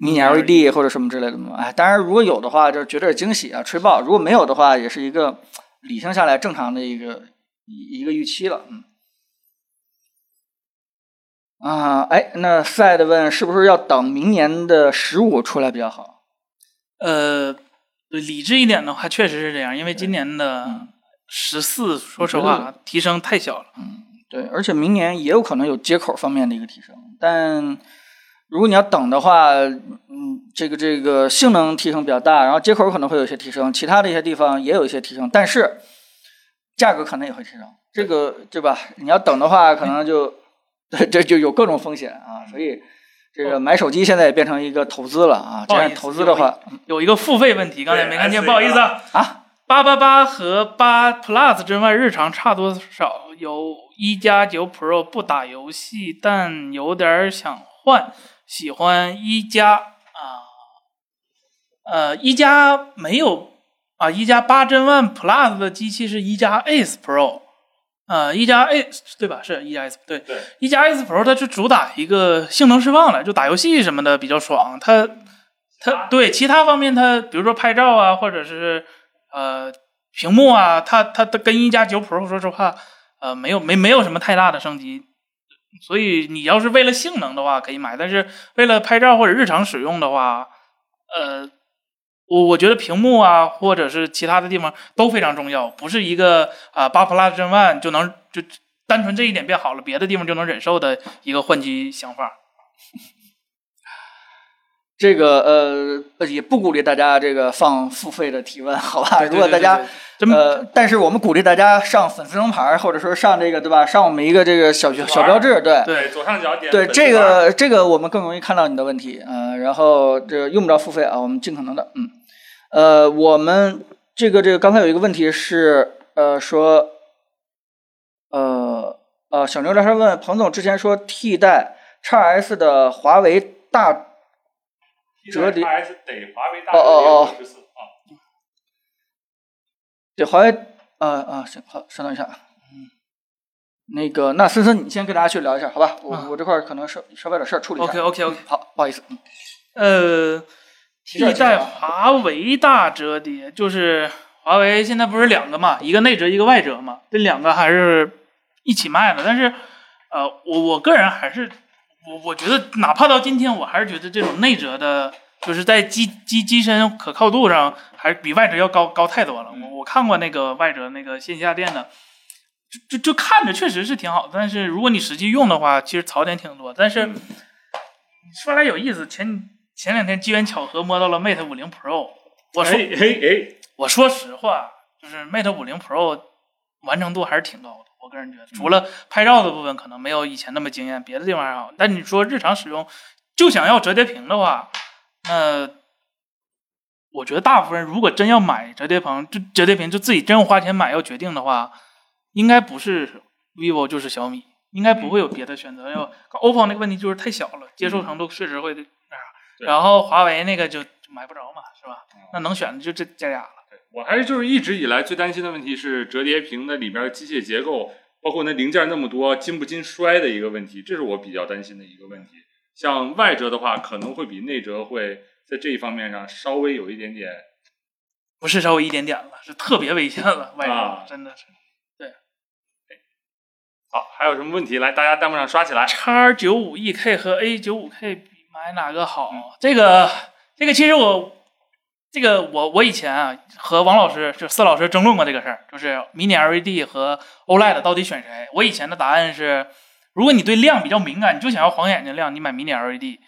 Mini LED 或者什么之类的吗？哎，当然如果有的话，就是绝对是惊喜啊，吹爆；如果没有的话，也是一个理性下来正常的一个一一个预期了，嗯。啊，哎，那 Side 问是不是要等明年的十五出来比较好？
呃，对理智一点的话，确实是这样，因为今年
嗯
的十四，说实
我觉
话啊提升太小了。
对，而且明年也有可能有接口方面的一个提升，但如果你要等的话，嗯，这个这个性能提升比较大，然后接口可能会有一些提升，其他的一些地方也有一些提升，但是价格可能也会提升，这个对吧？你要等的话，可能就对，这就有各种风险啊，所以这个买手机现在也变成一个投资了啊，
不
这
好
样
意思
投资的话，
有一个付费问题，刚才没看见，
对
不好意思啊。
啊，
八八八和八 Plus 之外，日常差多少？有一加九 Pro 不打游戏，但有点想换，喜欢一加啊。呃，一加没有啊，一加八针 One Plus 的机器是一加 Ace Pro，呃，一加 Ace 对吧？是一加 Ace 对，
对，
一加 S Pro 它是主打一个性能释放了，就打游戏什么的比较爽。它它对其他方面它，比如说拍照啊，或者是呃屏幕啊，它它它跟一加九 Pro 说实话，呃没有没没有什么太大的升级。所以你要是为了性能的话可以买，但是为了拍照或者日常使用的话，呃，我我觉得屏幕啊，或者是其他的地方都非常重要，不是一个啊八 Plus 真 One 就能就单纯这一点变好了，别的地方就能忍受的一个换机想法。
这个呃呃，也不鼓励大家这个放付费的提问，好吧？
对对
如果大家
对对对
呃，但是我们鼓励大家上粉丝灯牌儿，或者说上这个对吧？上我们一个这个小小小标志，对
对
对，左上角点啊
对，
粉丝
这
团
个这个我们更容易看到你的问题，呃，然后这个用不着付费啊，我们尽可能的，嗯，呃，我们这个这个刚才有一个问题是呃说，呃呃，小牛聊天问彭总之前说替代 x S 的华为大折叠
X 得华为大
哦哦哦
十四啊，
对，华为，呃呃，行，好，稍等一下，嗯，那个，那森森，你先跟大家去聊一下，好吧？我、
啊
我这块儿可能稍稍微有点事儿处理一下。
OK OK OK，
好，不好意思，嗯
呃，
这
替
儿
代
这儿啊
华为大折叠，就是华为现在不是两个嘛，一个内折一个外折嘛，这两个还是一起卖的。但是，呃，我我个人还是我我觉得，哪怕到今天，我还是觉得这种内折的，就是在机机机身可靠度上，还是比外折要高高太多
嗯
了。我我看过那个外折那个线下店的。就就就看着确实是挺好的，但是如果你实际用的话，其实槽点挺多。但是
嗯
说来有意思，前前两天机缘巧合摸到了 Mate 五零 Pro，我说、
哎哎哎，
我说实话，就是 Mate 五零 Pro 完成度还是挺高的，我个人觉得，除了拍照的部分可能没有以前那么惊艳，别的地方还好。但你说日常使用就想要折叠屏的话，那我觉得大部分人如果真要买折叠屏，就折叠屏就自己真要花钱买要决定的话，应该不是 vivo 就是小米，应该不会有别的选择。因为 OPPO 那个问题就是太小了，接受程度确实会那啥。
对
然后华为那个就就买不着嘛，是吧？那能选的就这这俩了。
我还是就是一直以来最担心的问题是折叠屏的里边机械结构，包括那零件那么多，经不经摔的一个问题，这是我比较担心的一个问题。像外折的话，可能会比内折会在这一方面上稍微有一点点
不是稍微一点点了，是特别危险了，外
啊
国真的是。
好。还有什么问题？来，大家弹幕上刷起来。
X 九五 EK 和 A 九五 K 比买哪个好？这个这个其实我这个我我以前啊和王老师就四老师争论过这个事儿，就是 Mini LED E 和 OLED 到底选谁？我以前的答案是，如果你对亮比较敏感，你就想要晃眼睛亮，你买 Mini LED。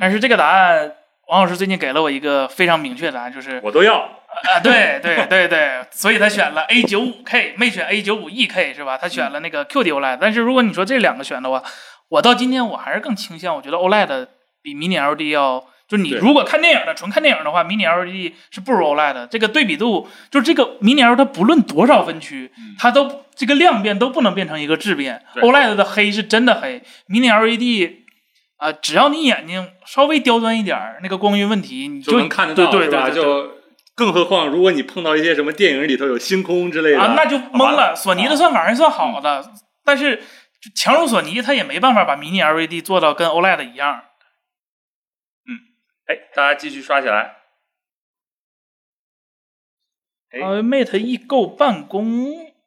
但是这个答案，王老师最近给了我一个非常明确的答案，就是
我都要，
啊，对对对对，所以他选了 A 九五 K，没选 A 九五 EK 是吧？他选了那个 QD OLED。但 E 是如果你说这两个选的话，我到今天我还是更倾向，我觉得 OLED 比 Mini LED 要，就是你
对
如果看电影的纯看电影的话，Mini LED 是不如 OLED 的。这个对比度，就是这个 Mini LED 它不论多少分区，它都这个量变都不能变成一个质变。
嗯对
OLED 的黑是真的黑，Mini LED。啊、只要你眼睛稍微刁钻一点儿，那个光晕问题你
就能看得到，
对
是
对对
吧？
对对
就更何况，如果你碰到一些什么电影里头有星空之类的，嗯
啊，那就懵
完了
了。索尼的算法还算好的，但是就强如索尼，它也没办法把 Mini LED E 做到跟 OLED 一样。
哎，大家继续刷起来。哎
呃，Mate E Go 办公，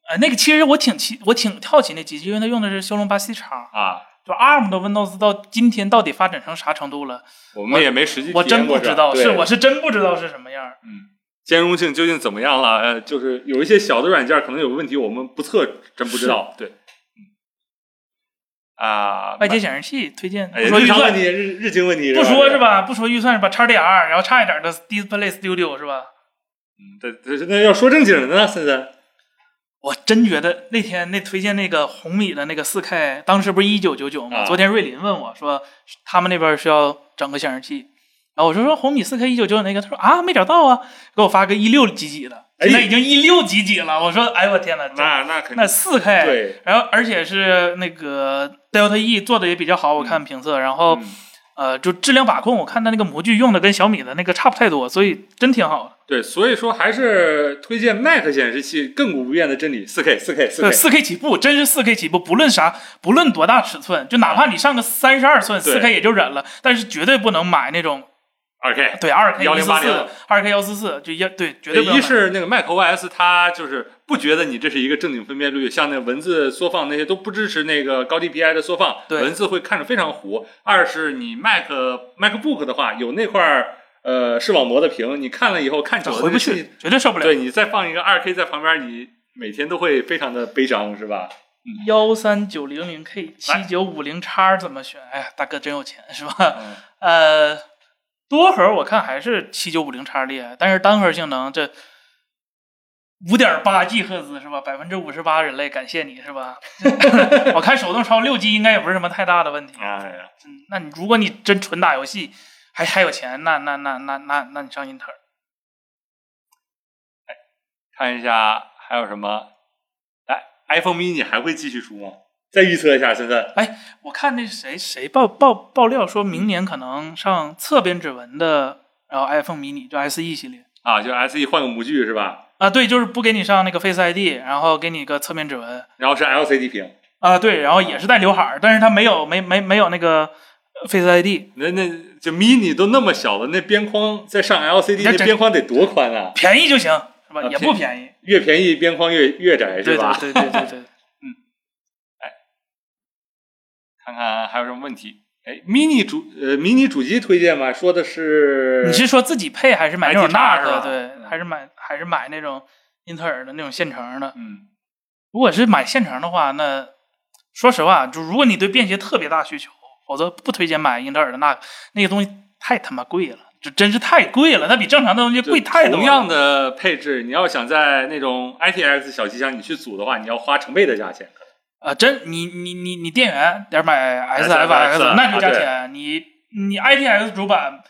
呃，那个其实我挺奇，我挺好奇那机器，因为它用的是骁龙八 C 叉，
啊，
就 ARM 的 Windows 到今天到底发展成啥程度了？
我们也没实际
我
体验
真
过
不
这
知道，
对
是我是真不知道是什么样儿。
兼容性究竟怎么样了？呃，就是有一些小的软件可能有问题，我们不测真不知道。对，嗯啊，
外接显示器推荐，不
哎
说
日
预
常问
算，
题，日日经问题，
不说是吧？
吧？
不说预算是吧？叉 DR，然后差一点的 Display Studio 是吧？
嗯对对，对那要说正经的呢，森森
我真觉得那天那推荐那个红米的那个四 K，当时不是一九九九
啊
吗？昨天瑞林问我说，他们那边需要整个显示器，然后我说说红米四 K 一九九九那个，他说啊没找到啊，给我发个一六几几的，
哎
现在已经一六几几了。我说哎我天哪，这
那那肯定
那四 K，
对，
然后而且是那个 Delta E 做的也比较好，我看评测，然后、
嗯
呃就质量把控，我看它那个模具用的跟小米的那个差不太多，所以真挺好的。
对，所以说还是推荐 Mac 显示器亘古不变的真理，四 K 四 K 四
对，
K。
四 K 起步，真是四 K 起步，不论啥，不论多大尺寸，就哪怕你上个三十二寸，
对
四 K 也就忍了，但是绝对不能买那种
二 K，
对二 K
1080
四、二 K 幺四四，就要对绝
对，
对不能买。
一是那个 macOS 它就是不觉得你这是一个正经分辨率，像那文字缩放那些都不支持那个高 DPI 的缩放，
对
文字会看着非常糊。二是你 Mac MacBook 的话，有那块儿呃视网膜的屏，你看了以后看久了
回不
那个
去
信，
绝对受不了。
对你再放一个二 K 在旁边，你每天都会非常的悲伤，是吧？
幺三九零零 K 七九五零叉怎么选？哎呀，大哥真有钱是吧？呃，多核我看还是七九五零叉厉害，但是单核性能这五点八 G 赫兹是吧？百分之五十八人类感谢你是吧？ 我看手动超六 G 应该也不是什么太大的问题。
哎呀，
嗯那你如果你真纯打游戏，还还有钱，那那那那那那你上英特尔。
看一下还有什么？来，iPhone mini 还会继续出吗？再预测一下，森森。
我看那谁谁爆爆爆料说明年可能上侧边指纹的，然后 iPhone mini 就 E SE 系列。
啊，就 SE 换个模具是吧？
啊，对，就是不给你上那个 Face ID，然后给你个侧面指纹
然后是 LCD 屏，
啊，对，然后也是带刘海儿，但是它没有没没没有那个呃 Face ID，
那那就 mini 都那么小了，那边框再上 LCD，
那
那
这
边框得多宽啊！
便宜就行，是吧？
啊
也不便宜，
越便宜边框越越窄
对
是吧？
对对对对对，
看看还有什么问题？哎，mini 主呃 mini 主机推荐吗？说的是
你是说自己配还是买那种
iTouch
那
是吧
个？
嗯
对，还是买还是买那种英特尔的那种现成的？
嗯
如果是买现成的话，那说实话，就如果你对便携特别大需求，否则不推荐买英特尔的那个，那个东西太他妈贵了，就真是太贵了，它比正常的东西贵太多了。
同样的配置，你要想在那种 ITX 小机箱你去组的话，你要花成倍的价钱。
啊，真你你你你店员得买
SFX
SFX，那就加
啊对
钱。你你 ITX 主板，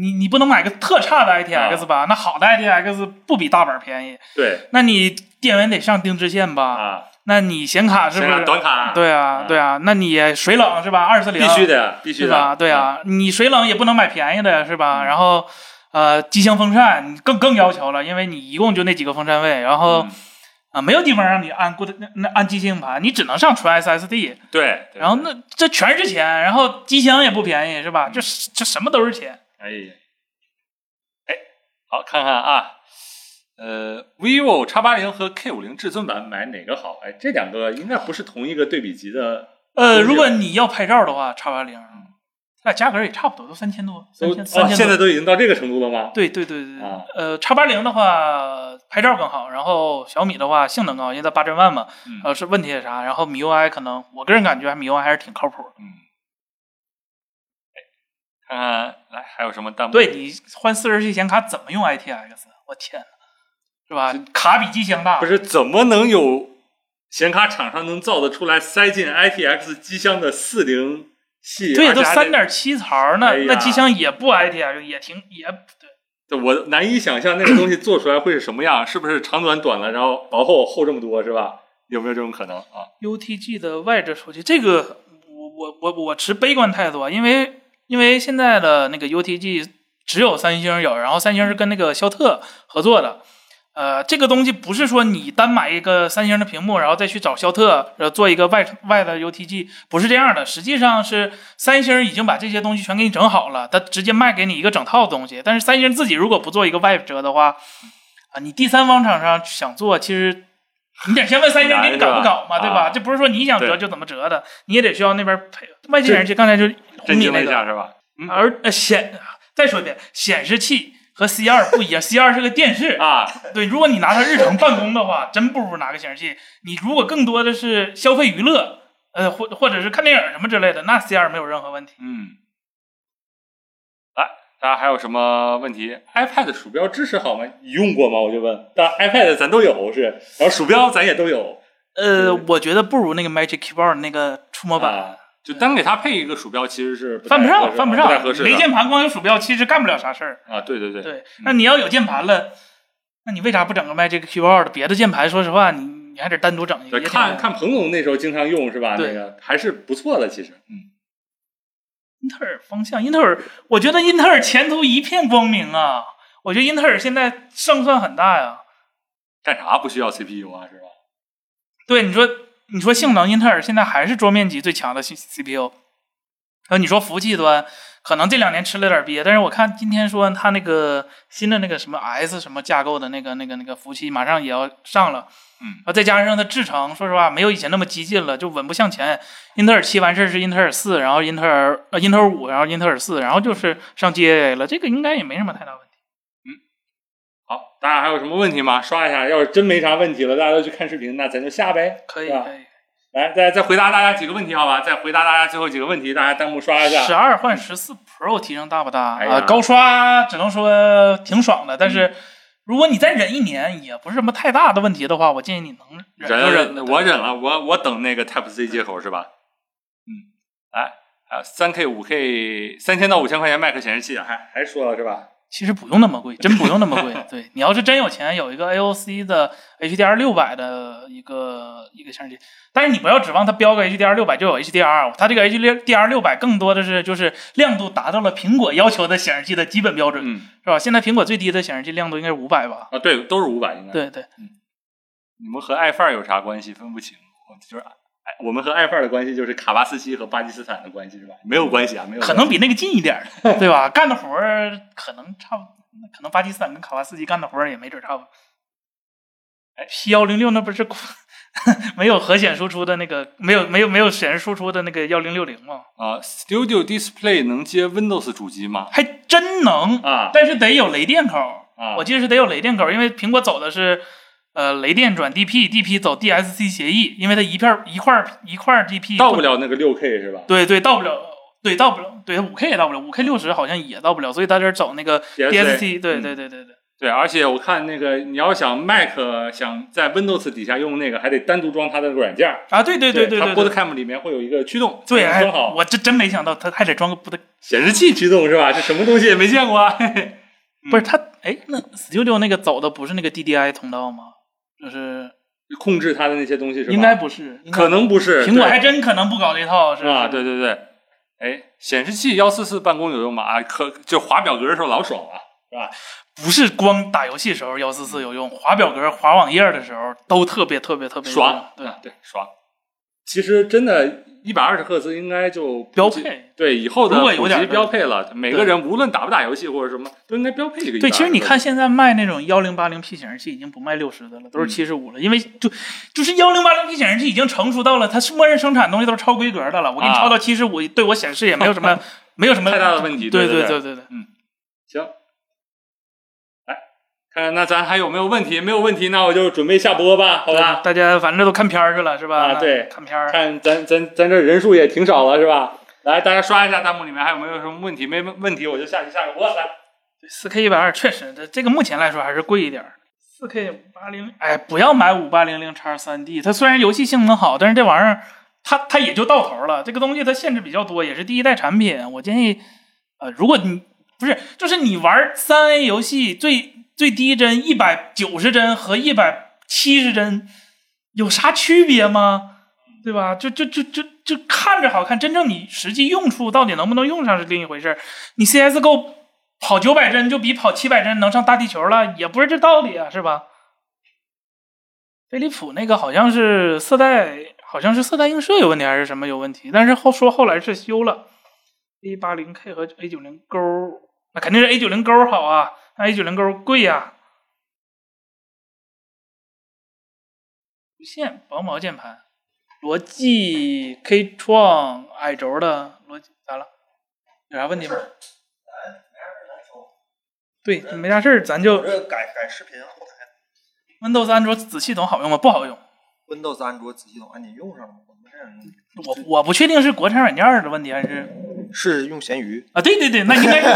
你你不能买个特差
啊
的 ITX 吧？那好的 ITX 不比大板便宜，
对
那你店员得上定制线吧？
啊，
那你显卡是不
先
是
看？短卡，
对啊，对啊，那你也水冷是吧？二四零
必须的，必须
是
的，嗯
吧？对啊，你水冷也不能买便宜的是吧？然后呃，机箱风扇更更要求了，因为你一共就那几个风扇位，然后
嗯，
啊、
嗯
没有地方让你按固定那那按机械硬盘，你只能上传 SSD，
对，对嗯
然后那这全是钱，然后机箱也不便宜是吧？这这什么都是钱。
哎，哎，好看看啊，呃，vivo X 八零和 K 五零至尊版买哪个好？哎，这两个应该不是同一个对比级的，
呃，
都是
如果你要拍照的话，x 八零，那价格也差不多，都三千多，三
嗯都
千三
哦，
千
现
多
在。都已经到这个程度了吗？
对对对对对，
啊
呃，x 八零的话拍照更好，然后小米的话性能更好，因为它八千万嘛，
嗯
呃是问题也啥，然后 MIUI 可能我个人感觉 MIUI 还是挺靠谱的。
看看来还有什么弹幕？
对你换四十 G 显卡怎么用 ITX？我天呐，是吧？卡比机箱大
不，是怎么能有显卡厂商能造得出来塞进 ITX 机箱的四零系？
对，
而且
都
还
三点七槽呢，
哎呀
那机箱也不 ITX，也挺也对。
对我难以想象那个东西做出来会是什么样，是不是长短短了，然后薄厚厚这么多，是吧？有没有这种可能啊？
UTG 的外置手机，这个我我我我持悲观态度啊，因为因为现在的那个 UTG 只有三星有，然后三星是跟那个肖特合作的。呃，这个东西不是说你单买一个三星的屏幕，然后再去找肖特，呃，做一个外外的 UTG，不是这样的。实际上是三星已经把这些东西全给你整好了，它直接卖给你一个整套的东西。但是三星自己如果不做一个外折的话，啊，你第三方厂商想做，其实你得先问三星给你搞不搞嘛，
很难是吧
对吧？
啊
这不是说你想折
对
就怎么折的，你也得需要那边配外接显示器。刚才就是红
震
米
惊了
那
一
个，
下，是吧？嗯
而呃显再说一遍，显示器和 C 二不一样，C 二是个电视。
啊，
对，如果你拿它日常办公的话，真不如拿个显示器。你如果更多的是消费娱乐，呃，或或者是看电影什么之类的，那 C 二没有任何问题。
嗯，来，大家还有什么问题？iPad 鼠标支持好吗？你用过吗？我就问。当然 iPad 咱都有是，然后鼠标咱也都有。
呃，
对
我觉得不如那个 Magic Keyboard 那个触摸板。
啊，就单给它配一个鼠标，其实是不太
犯不
合
上，
适
犯不
不太
上
合，适
没
的
键盘光有鼠标，其实干不了啥事儿。
啊。对对对，
啊对，那你要有键盘了，那你为啥不整个 Magic Keyboard？别的键盘，说实话，你你还得单独整一个。
对
也挺
看看彭总那时候经常用是吧？
对
那个还是不错的，其实。嗯，
英特尔方向，英特尔，我觉得英特尔前途一片光明啊！我觉得英特尔现在胜算很大呀。
干啥不需要 CPU 啊？是吧？
对，你说你说性能，英特尔现在还是桌面级最强的 C C P U。然后你说服务器端，可能这两年吃了点瘪，但是我看今天说它那个新的那个什么 S 什么架构的那个那个那个服务器马上也要上了，
嗯
然后再加上它制程，说实话没有以前那么激进了，就稳步向前。英特尔七完事儿是英特尔四，然后英特尔呃英特尔五，然后英特尔四，然后就是上 GAA 了，这个应该也没什么太大问题。
好，大家还有什么问题吗？刷一下，要是真没啥问题了，大家都去看视频，那咱就下呗。
可以
是吧
可以，
来，再再回答大家几个问题，好吧？再回答大家最后几个问题，大家弹幕刷一下。
十二换十四 Pro 提升大不大？啊、
哎呀嗯
高刷只能说挺爽的，但是如果你再忍一年，也不是什么太大的问题的话，我建议你能忍
忍
就
了
忍了
忍了，我忍了，我我等那个 Type C 接口是吧？嗯，来，还有三 K、五 K、三千到五千块钱 Mac 显示器，啊还还说了是吧？
其实不用那么 贵，真不用那么贵。对你要是真有钱，有一个 AOC 的 HDR 六百的一个一个相机，但是你不要指望它标个 HDR 六百就有 HDR，它这个 HDR 六百更多的是就是亮度达到了苹果要求的显示器的基本标准，
嗯，
是吧？现在苹果最低的显示器亮度应该是五百吧？
啊，对，都是五百应该。，
对对，
你们和爱范儿有啥关系？分不清，我就是哎，我们和爱范儿的关系就是卡巴斯基和巴基斯坦的关系是吧？没有关系啊，没有关系。
可能比那个近一点儿，对吧？干的活儿可能差不，可能巴基斯坦跟卡瓦斯基干的活儿也没准差不多。哎，P 幺零六那不是 没有核显输出的那个，没有没有没有显示输出的那个幺零六零吗？
啊，Studio Display 能接 Windows 主机吗？
还真能，
啊
但是得有雷电口。
啊，
我记得是得有雷电口，因为苹果走的是呃雷电转 DP，DP 走 DSC 协议，因为它一片儿一块儿一块儿 DP
到不了那个六 K 是吧？
对对，到不了，对到不了，对五 K 也到不了，五 K 六十好像也到不了，所以他这儿走那个
DSC
DSC，对
嗯
对对对对，
对，而且我看那个你要想 Mac 想在 Windows 底下用那个，还得单独装它的软件儿。
啊对对对
对
对
它
对，
Bootcamp 里面会有一个驱动，
对，哎
很好，嗯
我这真没想到他还得装个不的，
显示器驱动是吧？这什么东西也没见过啊。 嘿嘿
不是他哎，那 Studio 那个走的不是那个 DDI 通道吗？就是
控制它的那些东西是吧？
应该不是，应该
可能不是，
苹果
对
还真可能不搞这套，是
啊，对对对，哎，显示器幺四四办公有用吗？啊，可就划表格的时候老爽啊，
不是光打游戏时候幺四四有用，划表格、划网页的时候都特别特别特别有用
爽，
对，
啊对爽。其实真的，一百二十赫兹应该就普
标
及，
配。
对以后
如
的
果有
普及
点
标配了。每个人无论打不打游戏或者什么，都应该标配这个120赫兹。
对，其实你看现在卖那种幺零八零 P 显示器已经不卖六十的了，都
嗯
是七十五了，因为就就是幺零八零 P 显示器已经成熟到了，它是默认生产的东西都是超规格的了，我给你
啊
超到七十五，对我显示也没有 什么没有什么
太大的问题，
对
对
对对对，
行，来，看看那咱还有没有问题？没有问题，那我就准备下播吧，好吧？
大家反正都看片儿去了是吧？
啊对
看片儿。
看咱咱咱这人数也挺少了，是吧？来，大家刷一下弹幕里面还有没有什么问题？没问题我就下去下个播来。
四 K 一百二确实，这这个目前来说还是贵一点儿。四 K 五八零，哎，不要买五八零零叉三 D，它虽然游戏性能好，但是这玩意儿它它也就到头了。这个东西它限制比较多，也是第一代产品。我建议，呃，如果你不是就是你玩三 A 游戏最最低帧一百九十帧和一百七十帧有啥区别吗？对吧？就就就就就看着好看，真正你实际用处到底能不能用上是另一回事儿。你 CSGO 跑九百帧就比跑七百帧能上大地球了，也不是这道理啊，是吧？飞利浦那个好像是色带，好像是色带映射有问题还是什么有问题，但是后说后来是修了。A 八零 K 和 A 九零勾，那肯定是 A 九零勾好啊，那 A 九零勾贵呀、无线薄毛键盘，罗技 K 创矮轴的罗技咋了？有啥问题吗？对，没啥事儿，咱
我
就
这改改视频后台
Windows 安卓子系统好用吗？不好用，
Windows 安卓子系统，哎，你用上了吗？我们这样用，
我我不确定是国产软件儿的问题还是
是用闲鱼
啊，对对对，那应该 是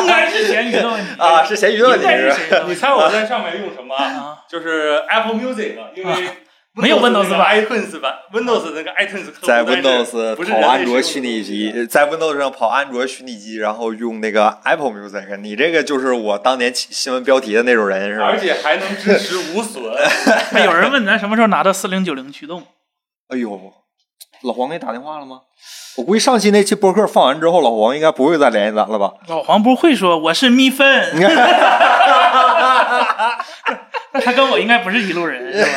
应该是咸鱼的问题
啊？是闲鱼的问
应
题
该是
是吧？
谁的问
你
题
猜我在上面用什么？
啊？
就是 Apple Music，因为
啊没有 Windows
那个
版
iTunes 版，Windows 那个 iTunes 客户
在
端是
Windows
不是人
跑
类
安卓虚
使用的
拟
东西
机，在 Windows 上跑安卓虚拟机，然后用那个 Apple Music，你这个就是我当年起新闻标题的那种人是吧
而？且还能支持无损。
哎有人问咱什么时候拿到四零九零驱动？
哎呦，老黄给你打电话了吗？我估计上期那期播客放完之后，老黄应该不会再联系咱了吧？
老黄不会说我是蜜
你
蜂，
看，
那他跟我应该不是一路人是吧？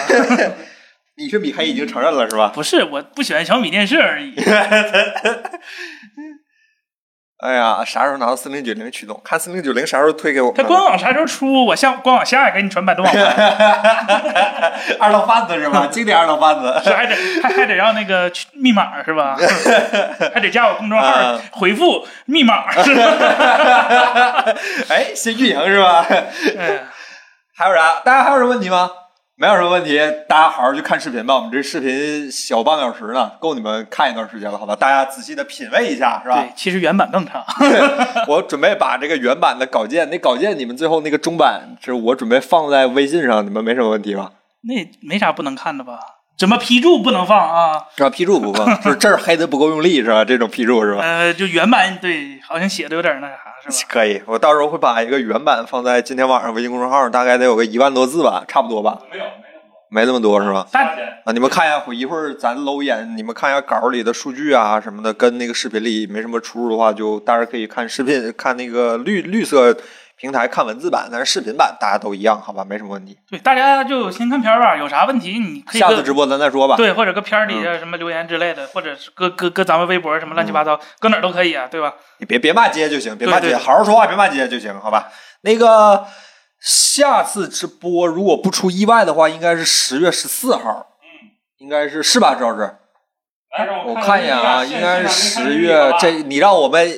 你是米黑已经承认了是吧？
不是，我不喜欢小米电视而已。
哎呀，啥时候拿到四零九零驱动？看四零九零啥时候推给我们
他
呢？
官网啥时候出？我下官网下也给你传百度网盘，
二道贩子是吧？经典二道贩子。
是还得还还得让那个去密码是吧？还得加我公众号
啊
回复密码 是吧？
哎，新运营是吧？
哎
还有啥？大家还有什么问题吗？没有什么问题，大家好好去看视频吧。我们这视频小半个小时呢，够你们看一段时间了，好吧？大家仔细的品味一下，是吧
对？，其实原版更长。
我准备把这个原版的稿件，那稿件你们最后那个中版，是我准备放在微信上，你们没什么问题吧？
那没啥不能看的吧？怎么批注不能放啊？
是吧？批注不放， 就是这儿黑的不够用力，是吧？这种批注是 吧？
呃，就原版对，好像写的有点那啥是吧？
可以，我到时候会把一个原版放在今天晚上微信公众号上，大概得有个一万多字吧，差不多吧，
没有，没有
没那么多是吧？
花
但
钱。
啊，你们看一下，一会儿咱搂一眼，你们看一下稿里的数据啊什么的，跟那个视频里没什么出入的话，就大家可以看视频，看那个绿绿色平台看文字版，但是视频版大家都一样，好吧，没什么问题。
对大家就先看片儿吧，有啥问题你可以
下次
搁
直播咱再说吧。嗯
对，或者搁片儿底下什么留言之类的，或者是搁搁搁咱们微博什么乱七八糟，搁哪儿都可以啊，对吧？
你别别骂街就行，别
对
骂
对
街，
对
好好说话，别骂街就行，好吧？那个下次直播如果不出意外的话，应该是十月十四号，应该是是吧，赵志？
来，让
我
看
看一眼啊，应该是十月，这
这
你让我们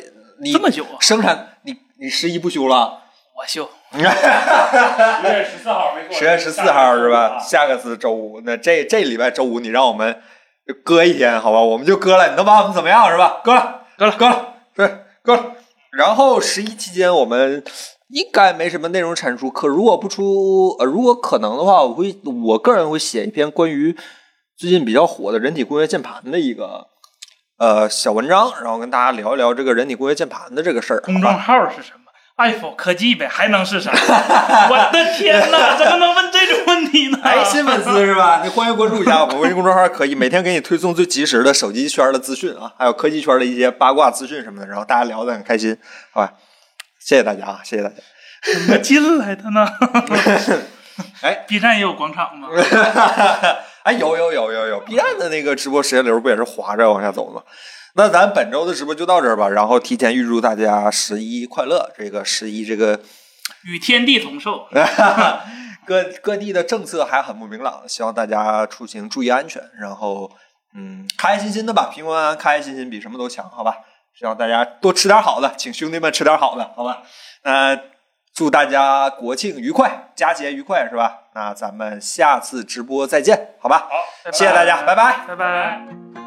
你
这么久啊，
生产你你十一不休了。
我秀，
十月十四号没错，
十月十四号是吧？
啊
下个次周五，那这这礼拜周五你让我们就搁一天，好吧？我们就搁了，你能把我们怎么样是吧？搁了，
搁了
搁了，对，搁了。然后十一期间我们应该没什么内容产出，可如果不出，呃，如果可能的话，我会我个人会写一篇关于最近比较火的人体工业键盘的一个。呃，小文章，然后跟大家聊一聊这个人体工业键盘的这个事儿，好
公众
吧？
号是什么？ iPhone 科技呗，还 能是啥？我的天哪，怎么能问这种问题呢？
哎，新粉丝是吧？你欢迎关注一下我们微信公众号，可以每天给你推送最及时的手机圈的资讯啊，还有科技圈的一些八卦资讯什么的，然后大家聊得很开心，好吧？谢谢大家啊，谢谢大家。
怎么进来的呢
哎
，B 站也有广场吗？
哎，有有有有有，B 站的那个直播时间流不也是滑着往下走吗？那咱本周的直播就到这儿吧，然后提前预祝大家十一快乐，这个十一这个。
与天地同寿。
各各地的政策还很不明朗，希望大家出行注意安全，然后嗯，开开心心的吧，平平安安，开开心心比什么都强，好吧？希望大家多吃点好的，请兄弟们吃点好的，好吧？那、祝大家国庆愉快，佳节愉快，是吧？那咱们下次直播再见，好吧？
好，
谢谢大家，拜拜。
拜拜。
拜拜